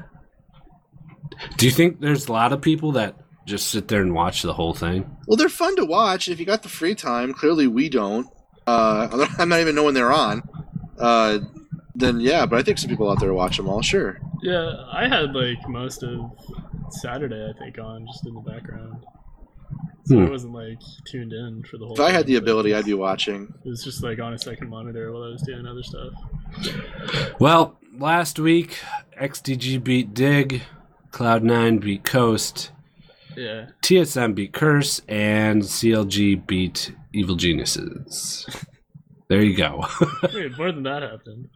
Speaker 1: Do you think there's a lot of people that just sit there and watch the whole thing?
Speaker 2: Well, they're fun to watch if you got the free time. Clearly, we don't. Uh, I'm not- I'm not even know when they're on. Uh, then yeah, but I think some people out there watch them all. Sure.
Speaker 3: yeah, I had like most of Saturday I think on just in the background. So I
Speaker 1: Hmm.
Speaker 3: wasn't like tuned in for the whole.
Speaker 2: If I had
Speaker 3: thing,
Speaker 2: the
Speaker 3: but
Speaker 2: ability, I'd be watching.
Speaker 3: It was just like on a second monitor while I was doing other stuff.
Speaker 1: Well, last week XDG beat Dig, Cloud9 beat Coast,
Speaker 3: Yeah.
Speaker 1: TSM beat Curse, and CLG beat Evil Geniuses. There you go.
Speaker 3: Wait, more than that happened.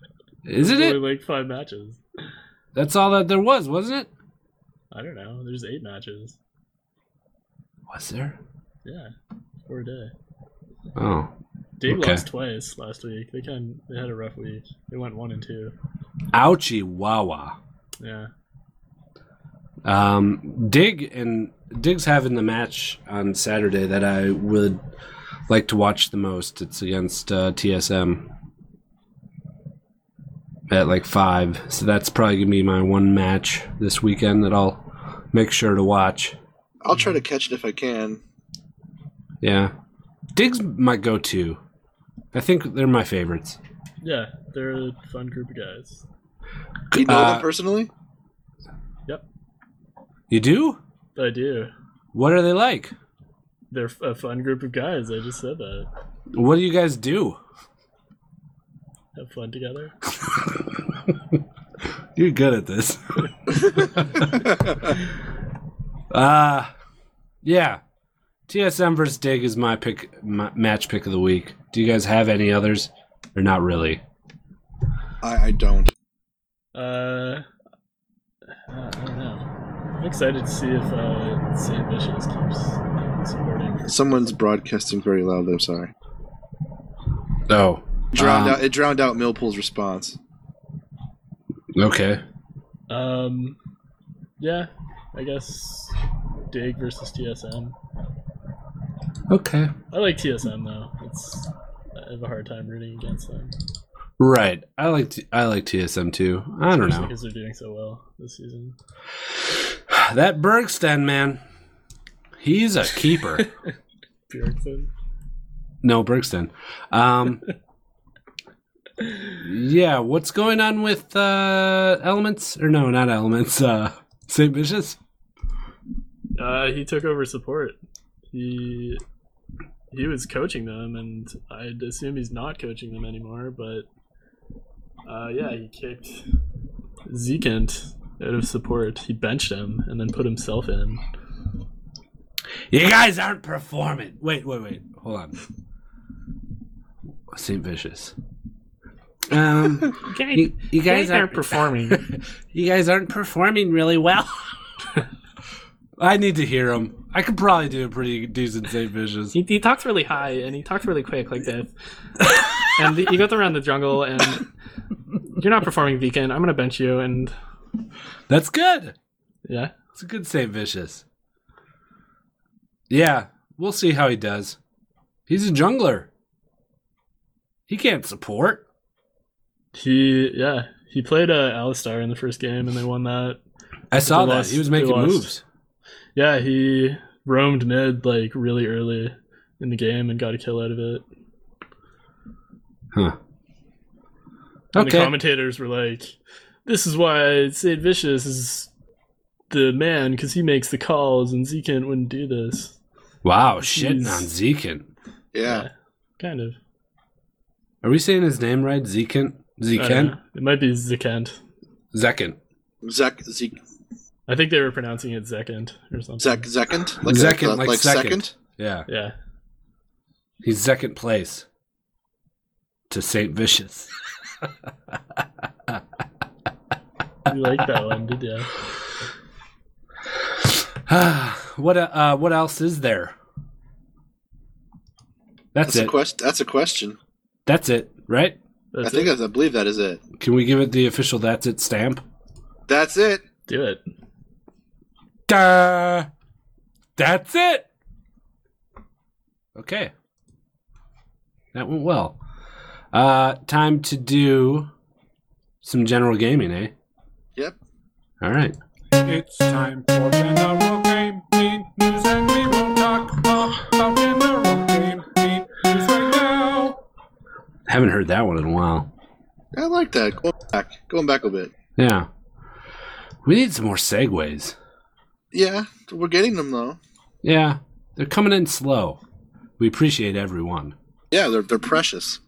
Speaker 1: Isn't
Speaker 3: Only
Speaker 1: it?
Speaker 3: like five matches.
Speaker 1: That's all that there was, wasn't it?
Speaker 3: I don't know. There's eight matches.
Speaker 1: Was there?
Speaker 3: Yeah, for a day.
Speaker 1: Oh.
Speaker 3: Dig
Speaker 1: Okay.
Speaker 3: lost twice last week. They kind they had a rough week. They went one and two.
Speaker 1: Ouchie Wawa.
Speaker 3: Yeah.
Speaker 1: Um, Dig and Dig's having the match on Saturday that I would like to watch the most. It's against uh, TSM at like five, so that's probably gonna be my one match this weekend that I'll make sure to watch.
Speaker 2: I'll try to catch it if I can.
Speaker 1: Yeah, Dig's my go-to. I think they're my favorites.
Speaker 3: Yeah, they're a fun group of guys.
Speaker 2: You know
Speaker 1: Uh,
Speaker 2: them personally?
Speaker 1: You do?
Speaker 3: I do.
Speaker 1: What are they like?
Speaker 3: They're f- a fun group of guys. I just said that.
Speaker 1: What do you guys do?
Speaker 3: Have fun together.
Speaker 1: You're good at this. uh yeah. TSM versus Dig is my pick, my match pick of the week. Do you guys have any others, or not really?
Speaker 2: I, I don't.
Speaker 3: Uh, I don't know. I'm excited to see if uh, St. Vicious keeps supporting.
Speaker 2: Someone's broadcasting very loudly. I'm sorry.
Speaker 1: Oh,
Speaker 2: Drowned
Speaker 1: Um,
Speaker 2: out. It drowned out Millpool's response.
Speaker 1: okay.
Speaker 3: Um, yeah, I guess Dig versus TSM.
Speaker 1: Okay.
Speaker 3: I like TSM though. It's I have a hard time rooting against them.
Speaker 1: Right. I like t- I like TSM too. I don't know
Speaker 3: because they're doing so well this season.
Speaker 1: that Bergsten man. He's a keeper.
Speaker 3: Bjergsen.
Speaker 1: no Bergsten. Um. Yeah. What's going on with uh elements? Or no, not elements. Uh, Saint Vicious.
Speaker 3: Uh, he took over support. He he was coaching them, and I'd assume he's not coaching them anymore. But uh, yeah, he kicked Zekant out of support. He benched him and then put himself in.
Speaker 1: You guys aren't performing. Wait, wait, wait. Hold on. Saint Vicious. Um, you, you guys aren't performing. you guys aren't performing really well. I need to hear him. I could probably do a pretty decent Saint Vicious.
Speaker 5: He, he talks really high and he talks really quick like this.
Speaker 3: and the, you go around the jungle, and you're not performing Vikan. I'm gonna bench you, and
Speaker 1: That's good.
Speaker 3: yeah,
Speaker 1: It's a good St. Vicious. Yeah, we'll see how he does. He's a jungler. He can't support.
Speaker 3: he yeah he played uh, Alistar in the first game, and they won that.
Speaker 1: I saw
Speaker 3: They
Speaker 1: that.
Speaker 3: lost-
Speaker 1: He was
Speaker 3: they
Speaker 1: making
Speaker 3: lost.
Speaker 1: moves.
Speaker 3: Yeah, he roamed mid like really early in the game and got a kill out of it.
Speaker 1: Huh.
Speaker 3: And the
Speaker 1: Okay.
Speaker 3: commentators were like, "This is why Sid Vicious is the man because he makes the calls, and Zekant wouldn't do this."
Speaker 1: Wow, shitting
Speaker 3: Jeez.
Speaker 1: on Zekin.
Speaker 2: Yeah.
Speaker 3: Kind of.
Speaker 1: Are we saying his name right? Zekin?
Speaker 3: I don't
Speaker 1: Zekin?
Speaker 3: know. It might be Zekant.
Speaker 1: Zekin.
Speaker 2: Zek, Zek,
Speaker 3: I think they were pronouncing it Zekant or something.
Speaker 2: Zek, second,
Speaker 1: Second, like second. Yeah.
Speaker 3: Yeah.
Speaker 1: He's second place to St. Vicious.
Speaker 3: You liked that one, did you?
Speaker 1: what uh, what else is there? That's,
Speaker 2: That's a
Speaker 1: it.
Speaker 2: quest. That's a question.
Speaker 1: That's it, right?
Speaker 3: That's
Speaker 2: I think
Speaker 3: it.
Speaker 2: that's, I believe that is it.
Speaker 1: Can we give it the official that's it stamp?
Speaker 2: That's it.
Speaker 3: Do it.
Speaker 1: Duh. That's it. Okay. That went well. Uh time to do some general gaming, eh?
Speaker 2: Yep.
Speaker 1: All right.
Speaker 5: It's time for general game news, and we will talk about general game news right now.
Speaker 1: Haven't heard that one in a while.
Speaker 2: I like that. Going back, going back a bit.
Speaker 1: Yeah. We need some more segues.
Speaker 2: Yeah, we're getting them though.
Speaker 1: Yeah. They're coming in slow. We appreciate everyone.
Speaker 2: Yeah, they're they're precious.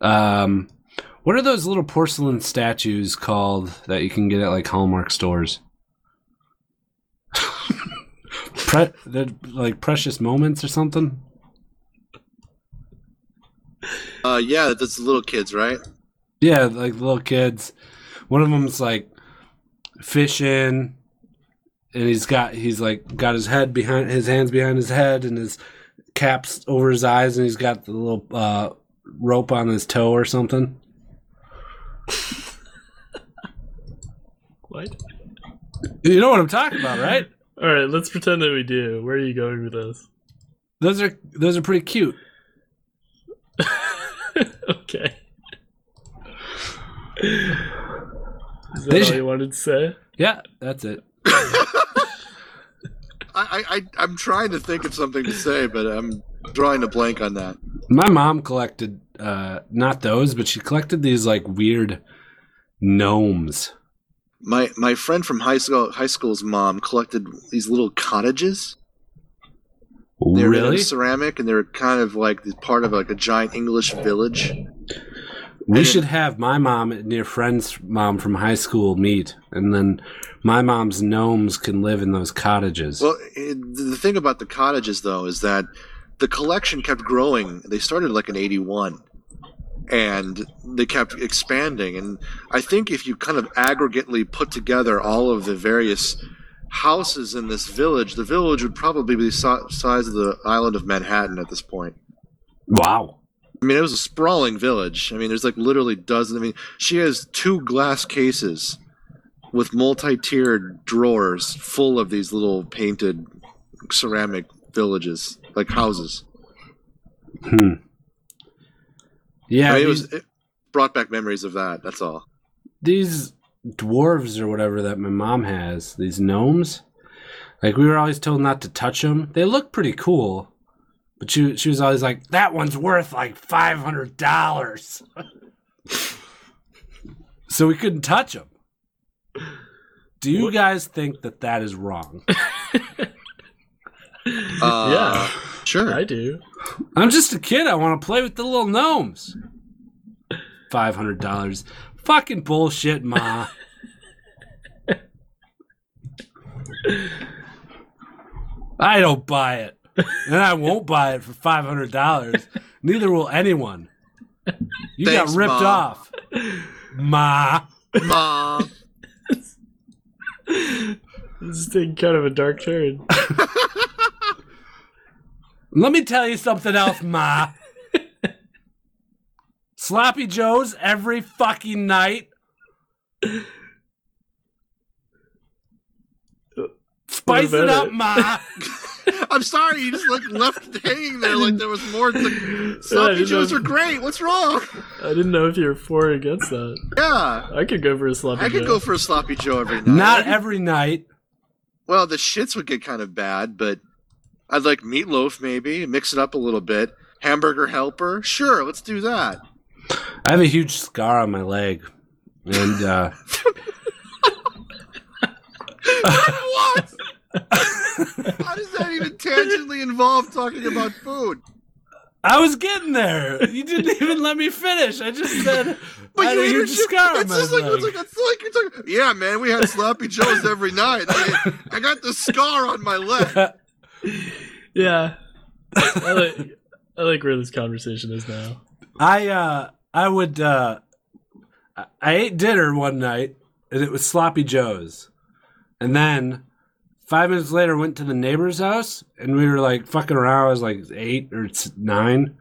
Speaker 1: Um what are those little porcelain statues called that you can get at like Hallmark stores? Pre- they're like precious moments or something?
Speaker 2: Uh, yeah, that's the little kids, right?
Speaker 1: Yeah, like little kids. One of them's like fishing, and he's got he's like got his head behind his hands behind his head, and his caps over his eyes, and he's got the little uh, rope on his toe or something.
Speaker 3: What?
Speaker 1: You know what I'm talking about, right?
Speaker 3: All right, let's pretend that we do. Where are you going with this?
Speaker 1: Those are those are pretty cute.
Speaker 3: okay. Is that
Speaker 1: They
Speaker 3: all
Speaker 1: should-
Speaker 3: you wanted to say?
Speaker 1: Yeah, that's it.
Speaker 2: I, I, I I'm trying to think of something to say, but I'm drawing a blank on that.
Speaker 1: My mom collected uh, not those, but she collected these like weird gnomes.
Speaker 2: My my friend from high school high school's mom collected these little cottages. They were made out of
Speaker 1: Really?
Speaker 2: ceramic, and they were kind of like the part of like a giant English village.
Speaker 1: We
Speaker 2: And-
Speaker 1: should have my mom and your friend's mom from high school meet, and then my mom's gnomes can live in those cottages.
Speaker 2: Well, it, the thing about the cottages, though, is that the collection kept growing. They started like in '81, and they kept expanding. And I think if you kind of aggregately put together all of the various houses in this village, the village would probably be the si- size of the island of Manhattan at this point.
Speaker 1: wow.
Speaker 2: I mean, it was a sprawling village. I mean, there's like literally dozens. I mean, she has two glass cases with multi-tiered drawers full of these little painted ceramic villages, like houses.
Speaker 1: Hmm. Yeah,
Speaker 2: I mean, it
Speaker 1: these,
Speaker 2: was it brought back memories of that. That's all.
Speaker 1: these dwarves or whatever that my mom has, these gnomes, like we were always told not to touch them. They look pretty cool, but she she was always like, "That one's worth like five hundred dollars," so we couldn't touch them. Do you guys think that that is wrong?
Speaker 2: Uh,
Speaker 3: yeah,
Speaker 2: Sure.
Speaker 3: I do.
Speaker 1: I'm just a kid. I want to play with the little gnomes. Five hundred dollars. Fucking bullshit, ma. I don't buy it, and I won't buy it for five hundred dollars. Neither will anyone. You
Speaker 2: Thanks,
Speaker 1: got ripped
Speaker 2: Ma.
Speaker 1: off, ma.
Speaker 2: Mom.
Speaker 3: This is taking kind of a dark turn.
Speaker 1: Let me tell you something else, ma. Sloppy Joe's every fucking night. Spice
Speaker 3: What
Speaker 1: it up,
Speaker 3: about it?
Speaker 1: ma.
Speaker 2: I'm sorry, you just like left hanging there like there was more. It's like sloppy
Speaker 3: didn't
Speaker 2: joes
Speaker 3: know-
Speaker 2: are great. What's wrong?
Speaker 3: I didn't know if you were for or against that.
Speaker 2: Yeah,
Speaker 3: I could go for a sloppy.
Speaker 2: I could
Speaker 3: Joe.
Speaker 2: go for a sloppy joe every night.
Speaker 1: Not every night.
Speaker 2: well, the shits would get kind of bad, but I'd like meatloaf maybe mix it up a little bit. Hamburger helper, sure, let's do that.
Speaker 1: I have a huge scar on my leg. And uh
Speaker 2: what? How does that even tangentially involve talking about food?
Speaker 1: I was getting there. You didn't even let me finish. I just said I had a huge
Speaker 2: interject-
Speaker 1: scar on
Speaker 2: it's
Speaker 1: my
Speaker 2: just like,
Speaker 1: leg.
Speaker 2: it's like it's like you're talking. Yeah, man, we had sloppy joes every night. I, I got the scar on my leg.
Speaker 3: Yeah. I like, I like where this conversation is now.
Speaker 1: I uh I would uh I- I ate dinner one night and it was sloppy joes. And then 5 minutes later went to the neighbor's house and we were like fucking around I was like 8 or s- 9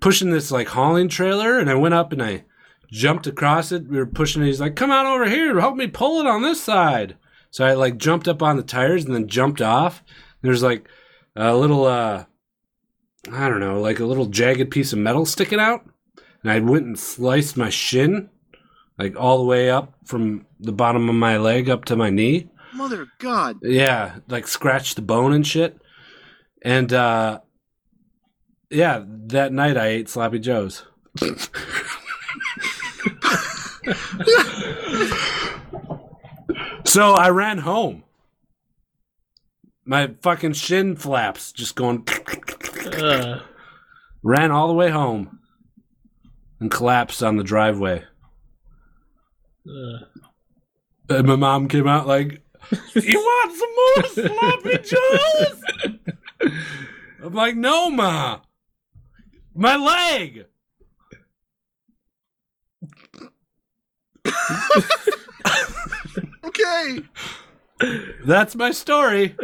Speaker 1: pushing this like hauling trailer and I went up and I jumped across it. We were pushing it. He's like, "Come on over here, help me pull it on this side." So I like jumped up on the tires and then jumped off. There's like a little uh I don't know, like a little jagged piece of metal sticking out. And I went and sliced my shin, like all the way up from the bottom of my leg up to my knee.
Speaker 2: Mother of God.
Speaker 1: Yeah, like scratched the bone and shit. And uh yeah, that night I ate sloppy joes. so I ran home. My fucking shin flaps just going
Speaker 3: Uh,
Speaker 1: ran all the way home and collapsed on the driveway.
Speaker 3: uh,
Speaker 1: And my mom came out like, You want some more sloppy joes? I'm like, No, ma. My leg.
Speaker 2: Okay.
Speaker 1: That's my story.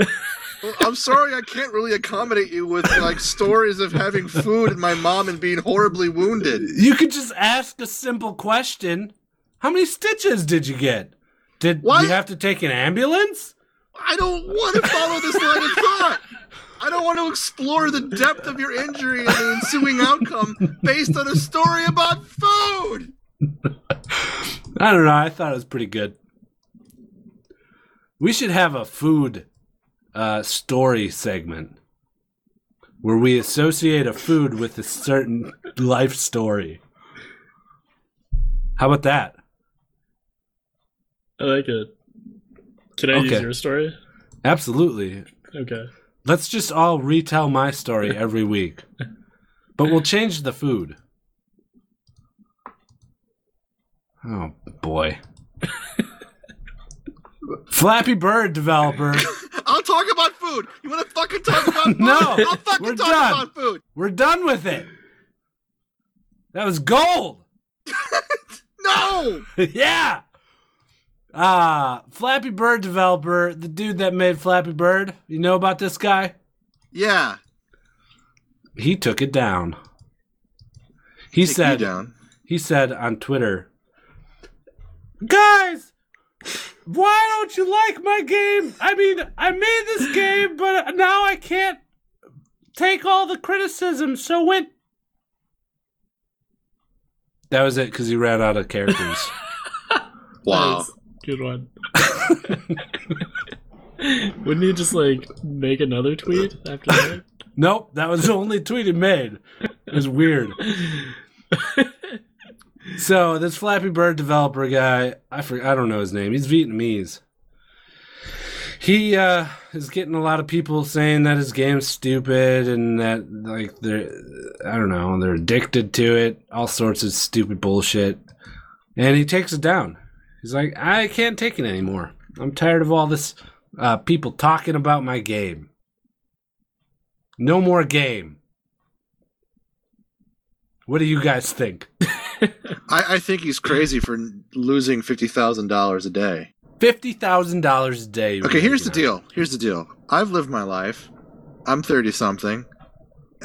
Speaker 2: Well, I'm sorry, I can't really accommodate you with like stories of having food and my mom and being horribly wounded.
Speaker 1: You could just ask a simple question How many stitches did you get? Did
Speaker 2: What?
Speaker 1: you have to take an ambulance?
Speaker 2: I don't want to follow this line of thought. I don't want to explore the depth of your injury and the ensuing outcome based on a story about food.
Speaker 1: I don't know. I thought it was pretty good. We should have a food uh, story segment where we associate a food with a certain life story. How about that?
Speaker 3: I like it. Can I use
Speaker 1: Okay.
Speaker 3: your story?
Speaker 1: Absolutely.
Speaker 3: Okay.
Speaker 1: Let's just all retell my story every week, but we'll change the food. Oh boy. Flappy Bird developer.
Speaker 2: I'll talk about food. You want to fucking talk about food?
Speaker 1: No,
Speaker 2: I'll fucking
Speaker 1: we're
Speaker 2: talk
Speaker 1: done.
Speaker 2: about food.
Speaker 1: We're done with it. That was gold.
Speaker 2: No.
Speaker 1: yeah. Uh Flappy Bird developer, the dude that made Flappy Bird. You know about this guy?
Speaker 2: Yeah.
Speaker 1: He took it down. He
Speaker 2: Take
Speaker 1: said
Speaker 2: you down.
Speaker 1: he said on Twitter, "Guys, why don't you like my game? I mean, I made this game, but now I can't take all the criticism. So when that was it, because he ran out of characters.
Speaker 2: Wow.
Speaker 3: Nice. Good one. Wouldn't you just like make another tweet after that?
Speaker 1: nope, that was the only tweet he made. It was weird. so this Flappy Bird developer guy, I for, I don't know his name. He's Vietnamese. He uh, is getting a lot of people saying that his game's stupid and that like they're I don't know they're addicted to it, all sorts of stupid bullshit. And he takes it down. He's like, I can't take it anymore. I'm tired of all this uh, people talking about my game. No more game. What do you guys think?
Speaker 2: I, I think he's crazy for losing fifty thousand dollars a day.
Speaker 1: Fifty thousand dollars a day.
Speaker 2: Okay, here's the deal. Here's the deal. I've lived my life. I'm thirty something.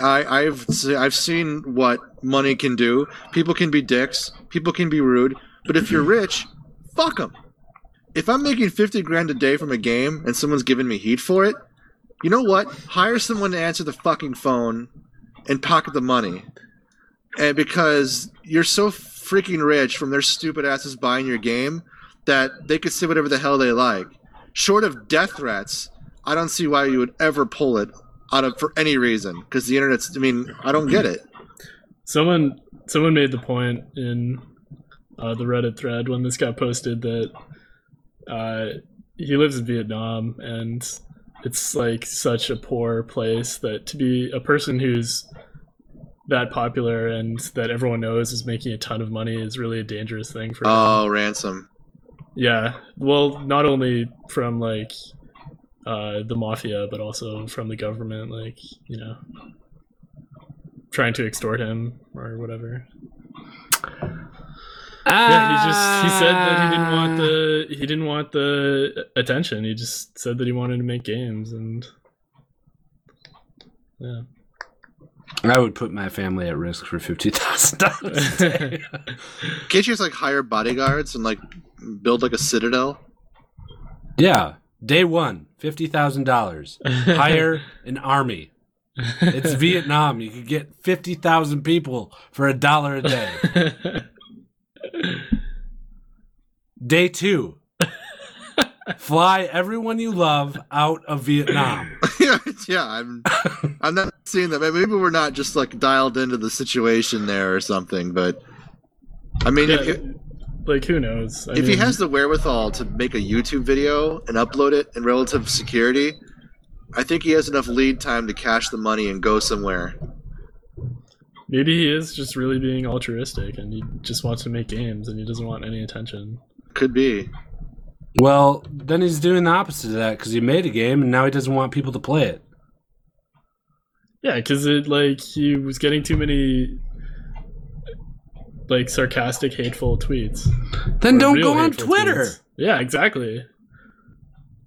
Speaker 2: I, I've se- I've seen what money can do. People can be dicks. People can be rude. But if you're rich, fuck them. If I'm making fifty grand a day from a game and someone's giving me heat for it, you know what? Hire someone to answer the fucking phone and pocket the money. And because you're so freaking rich from their stupid asses buying your game that they could say whatever the hell they like. Short of death threats, I don't see why you would ever pull it out of for any reason because the internet's i mean i don't get it
Speaker 3: Someone someone made the point in uh, the Reddit thread when this got posted that uh, he lives in Vietnam and it's like such a poor place that to be a person who's that popular and that everyone knows is making a ton of money is really a dangerous thing for them.
Speaker 2: oh ransom
Speaker 3: Yeah. Well, not only from like uh, the mafia, but also from the government, like, you know, trying to extort him or whatever. Yeah, he just he said that he didn't want the he didn't want the attention. He just said that he wanted to make games and yeah.
Speaker 1: I would put my family at risk for fifty thousand dollars.
Speaker 2: can't you just like hire bodyguards and like build like a citadel
Speaker 1: yeah, day one, fifty thousand dollars. Hire an army. It's Vietnam. You could get fifty thousand people for a dollar a day. Day two. Fly everyone you love out of Vietnam.
Speaker 2: yeah i'm i'm not seeing that maybe we're not just like dialed into the situation there or something but i mean if,
Speaker 3: Yeah, like who knows? I
Speaker 2: if he
Speaker 3: mean,
Speaker 2: has the wherewithal to make a youtube video and upload it in relative security i think he has enough lead time to cash the money and go somewhere
Speaker 3: Maybe he is just really being altruistic and he just wants to make games and he doesn't want any attention.
Speaker 2: could be
Speaker 1: Well, then he's doing the opposite of that because he made a game and now he doesn't want people to play it.
Speaker 3: Yeah, because it like he was getting too many like sarcastic, hateful tweets.
Speaker 1: Then
Speaker 3: Or
Speaker 1: don't
Speaker 3: real
Speaker 1: go on
Speaker 3: hateful
Speaker 1: Twitter.
Speaker 3: tweets. Yeah, exactly.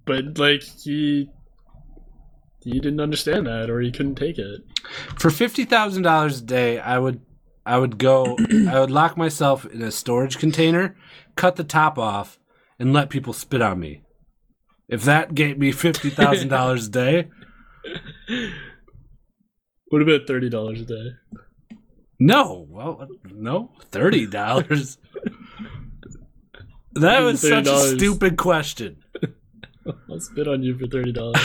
Speaker 3: But like he he didn't understand that or he couldn't take it.
Speaker 1: For fifty thousand dollars a day, I would I would go I would lock myself in a storage container, cut the top off, and let people spit on me. If that gave me fifty thousand dollars a day,
Speaker 3: What about thirty dollars a day?
Speaker 1: no, well, no, thirty dollars. That was such a
Speaker 3: $30.
Speaker 1: stupid question.
Speaker 3: I'll spit on you for thirty dollars.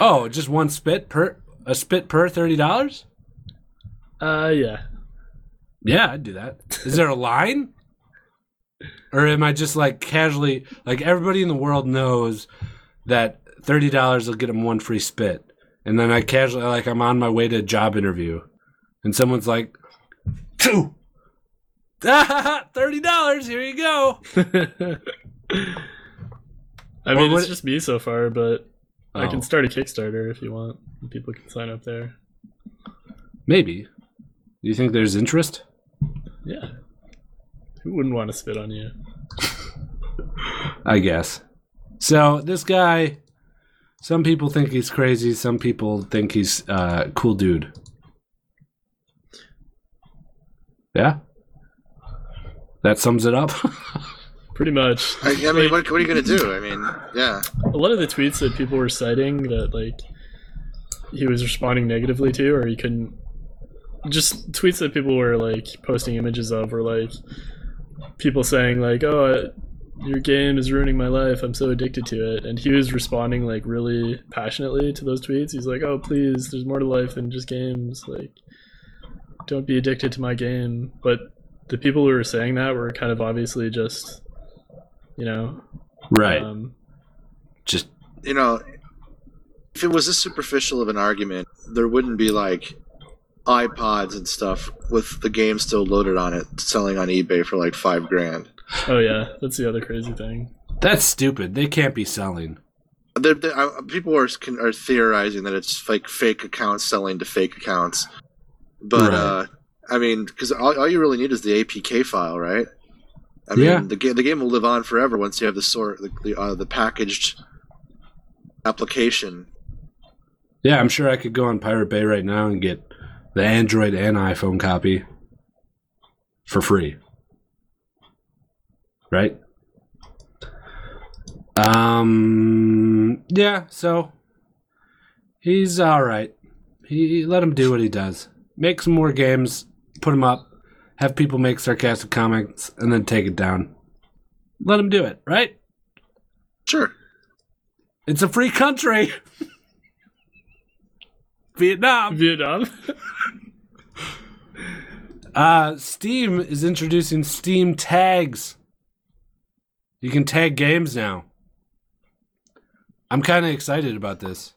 Speaker 1: Oh, just one spit per a spit per thirty dollars?
Speaker 3: uh yeah.
Speaker 1: Yeah, I'd do that. Is there a line? Or am I just like casually like everybody in the world knows that thirty dollars will get them one free spit, and then I casually like I'm on my way to a job interview, and someone's like, two, thirty dollars. Here you go.
Speaker 3: I mean,
Speaker 1: Or
Speaker 3: it's
Speaker 1: would-
Speaker 3: just me so far, but I
Speaker 1: Oh,
Speaker 3: can start a Kickstarter if you want. People can sign up there.
Speaker 1: maybe. Do you think there's interest?
Speaker 3: Yeah. Who wouldn't want to spit on you?
Speaker 1: I guess. So this guy, some people think he's crazy. Some people think he's uh, cool dude. Yeah, that sums it up.
Speaker 3: Pretty much.
Speaker 2: I, I mean, what, what are you gonna do? I mean, yeah,
Speaker 3: A lot of the tweets that people were citing that like he was responding negatively to, or he couldn't. Just tweets that people were like posting images of, were like people saying like, "Oh, I, your game is ruining my life. I'm so addicted to it." And he was responding like really passionately to those tweets. He's like, "Oh, please, there's more to life than just games. Like, don't be addicted to my game." But the people who were saying that were kind of obviously just, you know,
Speaker 1: right.
Speaker 3: um,
Speaker 1: Just
Speaker 2: you know, if it was this superficial of an argument, there wouldn't be like iPods and stuff with the game still loaded on it, selling on eBay for like five grand.
Speaker 3: Oh yeah, that's the other crazy thing.
Speaker 1: that's stupid. They can't be selling.
Speaker 2: There there- I- people are can, are theorizing that it's like fake accounts selling to fake accounts, but
Speaker 1: Right.
Speaker 2: uh, I mean, because all, all you really need is the APK file, right? I mean,
Speaker 1: Yeah.
Speaker 2: the game the game will live on forever once you have the sort the the, uh, the packaged application
Speaker 1: Yeah, I'm sure I could go on Pirate Bay right now and get the Android and iPhone copy for free. Right? Um yeah, so he's all right. He let him do what he does. Make some more games, put them up, have people make sarcastic comments and then take it down. Let him do it, right?
Speaker 2: Sure.
Speaker 1: It's a free country. Vietnam.
Speaker 3: Vietnam.
Speaker 1: Uh, Steam is introducing Steam tags. You can tag games now. I'm kind of excited about this.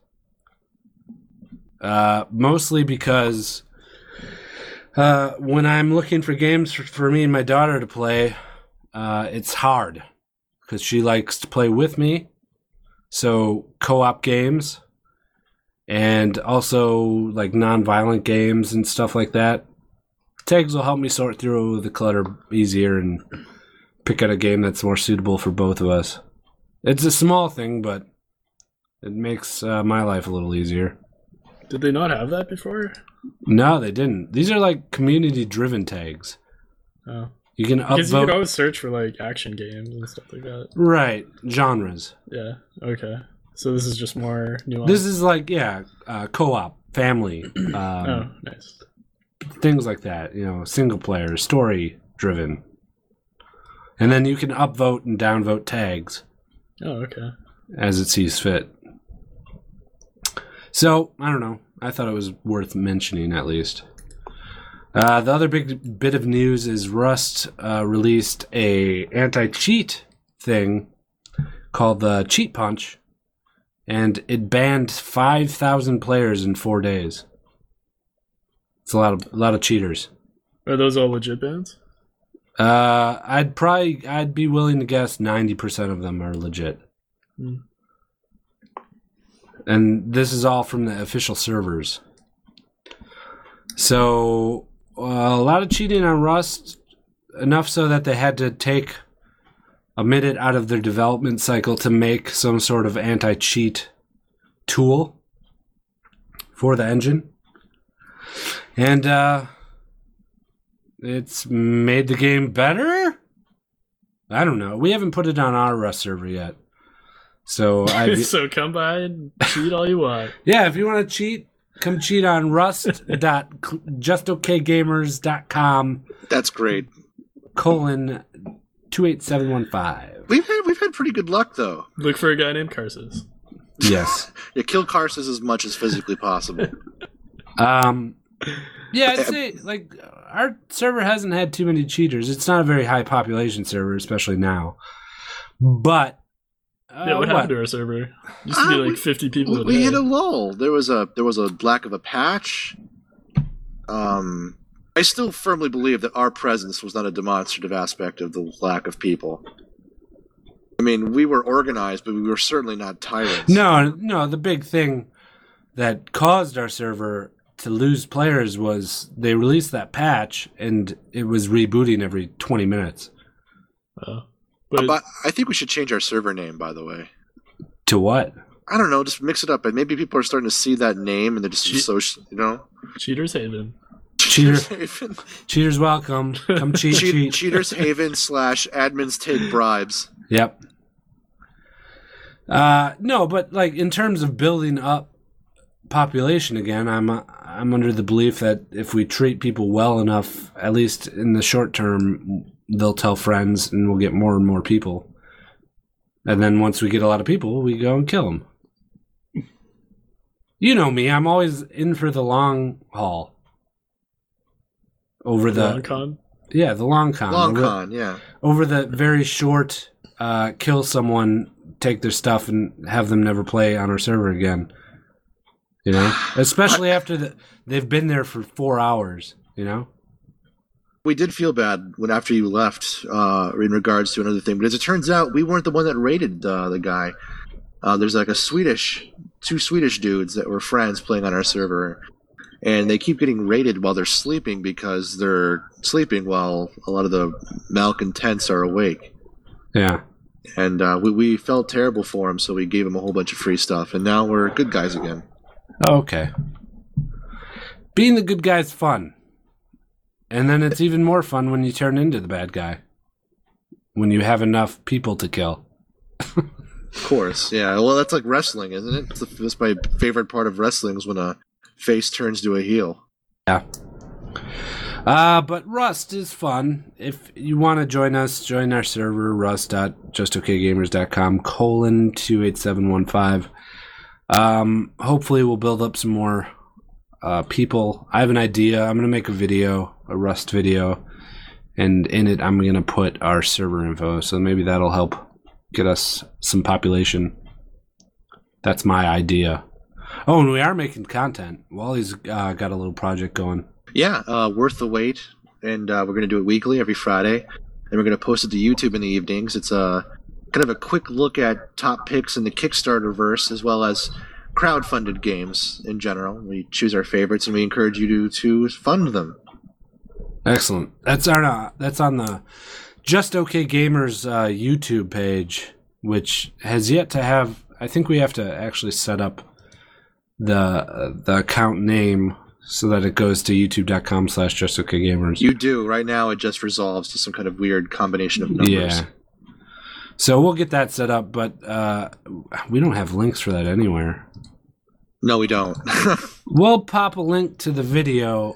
Speaker 1: Uh, mostly because uh, when I'm looking for games for, for me and my daughter to play, uh, it's hard because she likes to play with me. So, co op games and also like non-violent games and stuff like that. Tags will help me sort through the clutter easier and pick out a game that's more suitable for both of us. It's a small thing, but it makes uh, my life a little easier.
Speaker 3: Did they not have that before?
Speaker 1: No, they didn't. These are like community-driven tags.
Speaker 3: Oh.
Speaker 1: You can
Speaker 3: Because you
Speaker 1: upvote
Speaker 3: could always search for like action games and stuff like that.
Speaker 1: right genres.
Speaker 3: Yeah. Okay. So this is just more nuanced.
Speaker 1: This is like yeah, uh, co-op, family, um,
Speaker 3: oh, nice.
Speaker 1: things like that. You know, single player, story driven. And then you can upvote and downvote tags
Speaker 3: Oh, okay.
Speaker 1: as it sees fit. So I don't know. I thought it was worth mentioning at least. Uh, the other big bit of news is Rust uh, released a anti-cheat thing called the Cheat Punch, and it banned five thousand players in four days. It's a lot of a lot of cheaters.
Speaker 3: Are those all legit bands?
Speaker 1: Uh, I'd probably I'd be willing to guess ninety percent of them are legit.
Speaker 3: Hmm.
Speaker 1: And this is all from the official servers. So uh, a lot of cheating on Rust, enough so that they had to take a minute out of their development cycle to make some sort of anti-cheat tool for the engine. And uh, it's made the game better. I don't know. We haven't put it on our Rust server yet, so I
Speaker 3: so come by and cheat all you want.
Speaker 1: yeah. If you want to cheat, come cheat on Rust dot cl- justokgamers dot com
Speaker 2: That's great.
Speaker 1: colon two eight seven one five.
Speaker 2: We've had we've had pretty good luck though.
Speaker 3: Look for a guy named Carsus.
Speaker 1: Yes.
Speaker 2: Yeah, kill Carsus as much as physically possible.
Speaker 1: Um. Yeah, I'd say like our server hasn't had too many cheaters. It's not a very high population server, especially now. But uh,
Speaker 3: yeah, what
Speaker 1: what? Uh,
Speaker 3: happened to our server? Used to be
Speaker 2: Ah,
Speaker 3: like
Speaker 2: we-
Speaker 3: 50 people
Speaker 2: we,
Speaker 3: a
Speaker 2: we
Speaker 3: day.
Speaker 2: hit a lull. There was a there was a lack of a patch. Um, I still firmly believe that our presence was not a demonstrative aspect of the lack of people. I mean, we were organized, but we were certainly not tyrants.
Speaker 1: No, no. The big thing that caused our server to lose players was they released that patch and it was rebooting every 20 minutes.
Speaker 3: Oh. But
Speaker 2: Uh, but I think we should change our server name. By the way,
Speaker 1: To what?
Speaker 2: I don't know. Just mix it up, and maybe people are starting to see that name, and they're just
Speaker 3: Che-
Speaker 2: associated. You know,
Speaker 3: Cheaters Haven.
Speaker 1: Cheater,
Speaker 2: Haven,
Speaker 1: cheaters welcome. Come cheat,
Speaker 2: Cheat-
Speaker 1: cheat.
Speaker 2: Cheaters Haven slash admins take bribes.
Speaker 1: Yep. Uh, no, but like in terms of building up population again, I'm I'm under the belief that if we treat people well enough, at least in the short term, they'll tell friends, and we'll get more and more people. And then once we get a lot of people, we go and kill them. You know me; I'm always in for the long haul. Over the
Speaker 3: Long Con.
Speaker 1: yeah, the long con.
Speaker 2: Long
Speaker 1: over-
Speaker 2: con, yeah.
Speaker 1: over the very short uh, kill someone, take their stuff, and have them never play on our server again. You know, especially after the, they've been there for four hours. You know,
Speaker 2: We did feel bad when after you left uh, in regards to another thing, but as it turns out, we weren't the one that raided uh, the guy. Uh, there's like a Swedish, two Swedish dudes that were friends playing on our server, and they keep getting raided while they're sleeping because they're sleeping while a lot of the malcontents are awake.
Speaker 1: yeah,
Speaker 2: And uh, we, we felt terrible for them, so we gave them a whole bunch of free stuff, and now we're good guys again.
Speaker 1: Okay. Being the good guy's fun. And then it's even more fun when you turn into the bad guy. When you have enough people to kill.
Speaker 2: Of course, yeah. Well, that's like wrestling, isn't it? It's the, that's my favorite part of wrestling is when a face turns to a heel.
Speaker 1: Yeah. Uh, but Rust is fun. If you want to join us, join our server, rust.justokgamers.com colon 28715. Um, hopefully, we'll build up some more uh, people. I have an idea. I'm going to make a video, a Rust video, and in it, I'm going to put our server info. So maybe that'll help get us some population. That's my idea. Oh, and we are making content. Wally's uh, got a little project going.
Speaker 2: Yeah, uh, worth the wait, and uh, we're gonna do it weekly every Friday, and we're gonna post it to YouTube in the evenings. It's a kind of a quick look at top picks in the Kickstarter verse, as well as crowdfunded games in general. We choose our favorites, and we encourage you to to fund them.
Speaker 1: Excellent. That's on uh, that's on the Just OK Gamers uh, YouTube page, which has yet to have. I think we have to actually set up the uh, the account name so that it goes to youtube.com slash just okay gamers
Speaker 2: You do right now. It just resolves to some kind of weird combination of numbers.
Speaker 1: yeah so we'll get that set up but uh we don't have links for that anywhere
Speaker 2: No, we don't.
Speaker 1: We'll pop a link to the video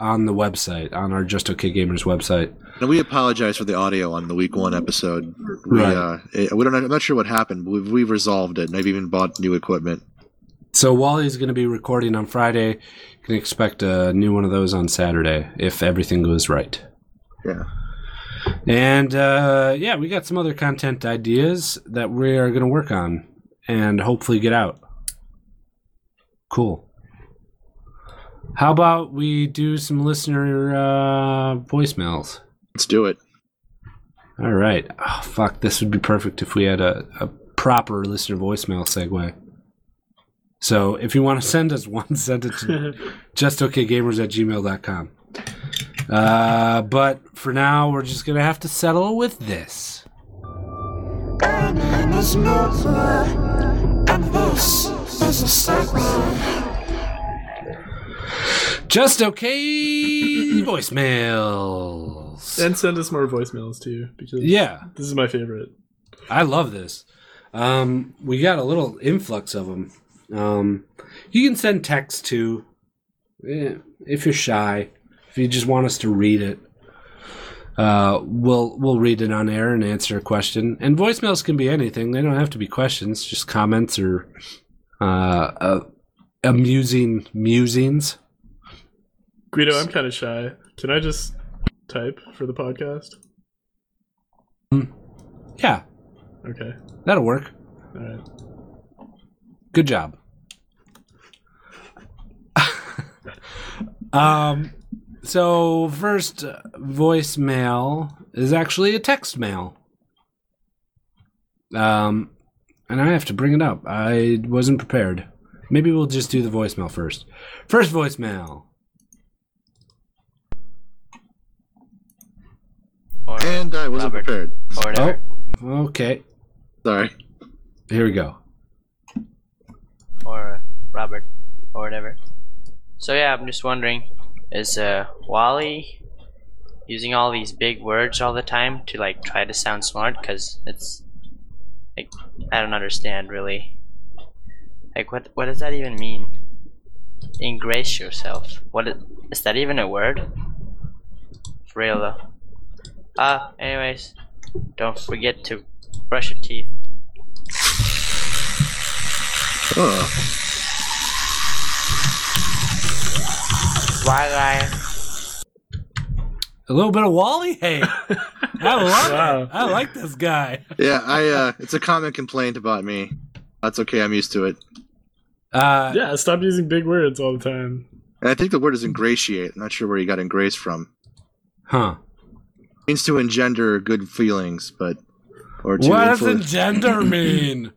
Speaker 1: on the website, on our Just Okay Gamers website.
Speaker 2: And we apologize for the audio on the week one episode. We,
Speaker 1: Right.
Speaker 2: uh, eh, we don't. I'm not sure what happened, but we've, we've resolved it, and I've even bought new equipment.
Speaker 1: So Wally's going to be recording on Friday. You can expect a new one of those on Saturday if everything goes right.
Speaker 2: Yeah.
Speaker 1: And uh, yeah, we got some other content ideas that we are going to work on and hopefully get out. Cool. How about we do some listener uh, voicemails?
Speaker 2: Let's do it.
Speaker 1: All right. Oh, fuck. This would be perfect if we had a, a proper listener voicemail segue. So if you want to send us one, send it to justokgamers at gmail.com. Uh, but for now, we're just going to have to settle with this.
Speaker 6: I'm Miss Millsmore, and this is a segue.
Speaker 1: Just okay voicemails.
Speaker 3: And send us more voicemails too, because
Speaker 1: yeah.
Speaker 3: this is my favorite.
Speaker 1: I love this. Um, we got a little influx of them. Um, you can send text to if you're shy, if you just want us to read it. Uh, we'll we'll read it on air and answer a question. And voicemails can be anything; they don't have to be questions, just comments or uh, uh, amusing musings.
Speaker 3: Guido, I'm kind of shy. Can I just type for the podcast?
Speaker 1: Yeah,
Speaker 3: Okay.
Speaker 1: that'll work.
Speaker 3: All right.
Speaker 1: Good job. um, so first voicemail is actually a text mail. Um, and I have to bring it up. I wasn't prepared. Maybe we'll just do the voicemail first. First voicemail.
Speaker 7: Order.
Speaker 2: And I wasn't
Speaker 7: Robert.
Speaker 2: prepared.
Speaker 1: Oh,
Speaker 7: Order.
Speaker 1: okay.
Speaker 2: Sorry.
Speaker 1: Here we go.
Speaker 7: Or Robert. Or whatever. So yeah, I'm just wondering, is uh Wally using all these big words all the time to like try to sound smart? Cause it's like I don't understand really. Like what what does that even mean? Ingratiate yourself. What is, is that even a word? For real though. Ah, anyways, don't forget to brush your teeth.
Speaker 2: Oh,
Speaker 7: Why lie?
Speaker 1: A little bit of Wally. Hey, I love
Speaker 3: Wow.
Speaker 1: it. I like this guy.
Speaker 2: yeah. I. Uh, it's a common complaint about me. That's okay. I'm used to it.
Speaker 1: Uh,
Speaker 3: Yeah, stop using big words all the time.
Speaker 2: And I think the word is ingratiate. I'm not sure where you got ingrace from.
Speaker 1: Huh.
Speaker 2: It means to engender good feelings, but or to
Speaker 1: What does
Speaker 2: influence-
Speaker 1: engender mean?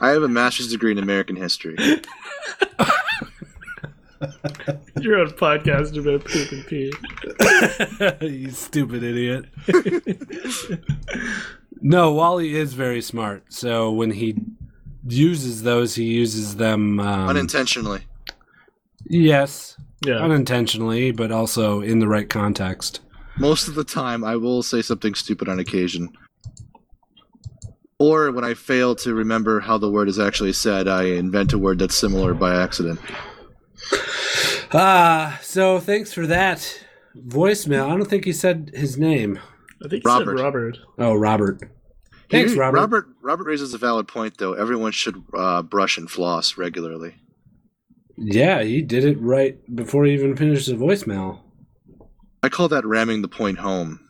Speaker 2: I have a master's degree in American history.
Speaker 3: You're on a podcast about poop and pee.
Speaker 1: you stupid idiot. no, Wally is very smart. So when he uses those, he uses them. Um,
Speaker 2: unintentionally.
Speaker 1: yes,
Speaker 3: Yeah.
Speaker 1: unintentionally, but also in the right context.
Speaker 2: Most of the time, I will say something stupid on occasion. Or when I fail to remember how the word is actually said, I invent a word that's similar by accident.
Speaker 1: Ah, so thanks for that voicemail. I don't think he said his name.
Speaker 3: I think
Speaker 2: Robert.
Speaker 3: Robert. said Robert.
Speaker 1: Oh, Robert. Thanks,
Speaker 2: Here-
Speaker 1: Robert.
Speaker 2: Robert. Robert raises a valid point, though. Everyone should uh, brush and floss regularly.
Speaker 1: Yeah, he did it right before he even finished the voicemail.
Speaker 2: I call that ramming the point home.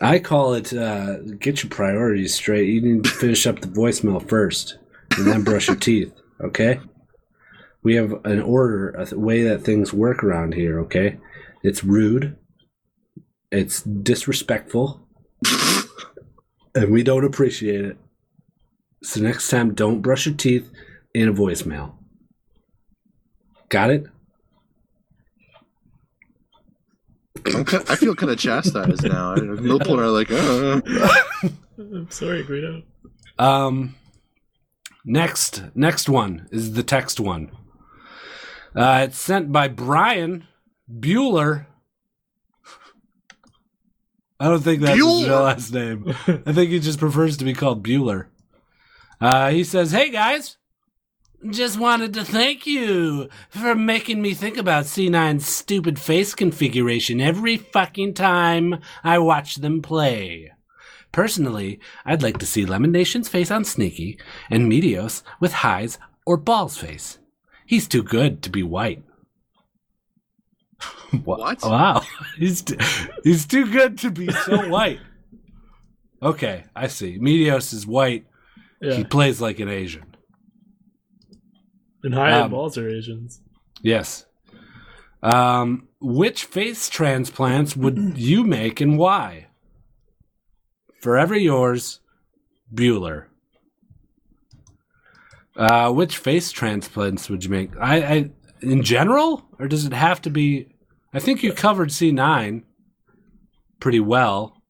Speaker 1: I call it uh, get your priorities straight. You need to finish up the voicemail first and then brush your teeth, okay? We have an order, a th- way that things work around here, okay? It's rude, it's disrespectful, and we don't appreciate it. So next time, don't brush your teeth in a voicemail. Got it?
Speaker 2: I'm ki- I feel kind of chastised now. I- Millpool are like, uh.
Speaker 3: I'm sorry, Guido.
Speaker 1: Um, next, next one is the text one. Uh, it's sent by Brian Bueller. I don't think that's his real
Speaker 2: Bueller?
Speaker 1: last name. I think he just prefers to be called Bueller. Uh, he says, "Hey guys, just wanted to thank you for making me think about C9's stupid face configuration every fucking time I watch them play." Personally, I'd like to see Lemon Nation's face on Sneaky and Meteos with Highs or Ball's face. He's too good to be white. Wha-
Speaker 2: What?
Speaker 1: Wow. he's, t- he's too good to be so white. Okay, I see. Meteos is white. He
Speaker 3: Yeah.
Speaker 1: plays like an Asian.
Speaker 3: And high
Speaker 1: Um,
Speaker 3: end balls are Asians.
Speaker 1: Yes. Um, which face transplants would you make and why? Forever yours, Bueller. Uh, which face transplants would you make? I, I in general, or does it have to be? I think you covered C nine pretty well.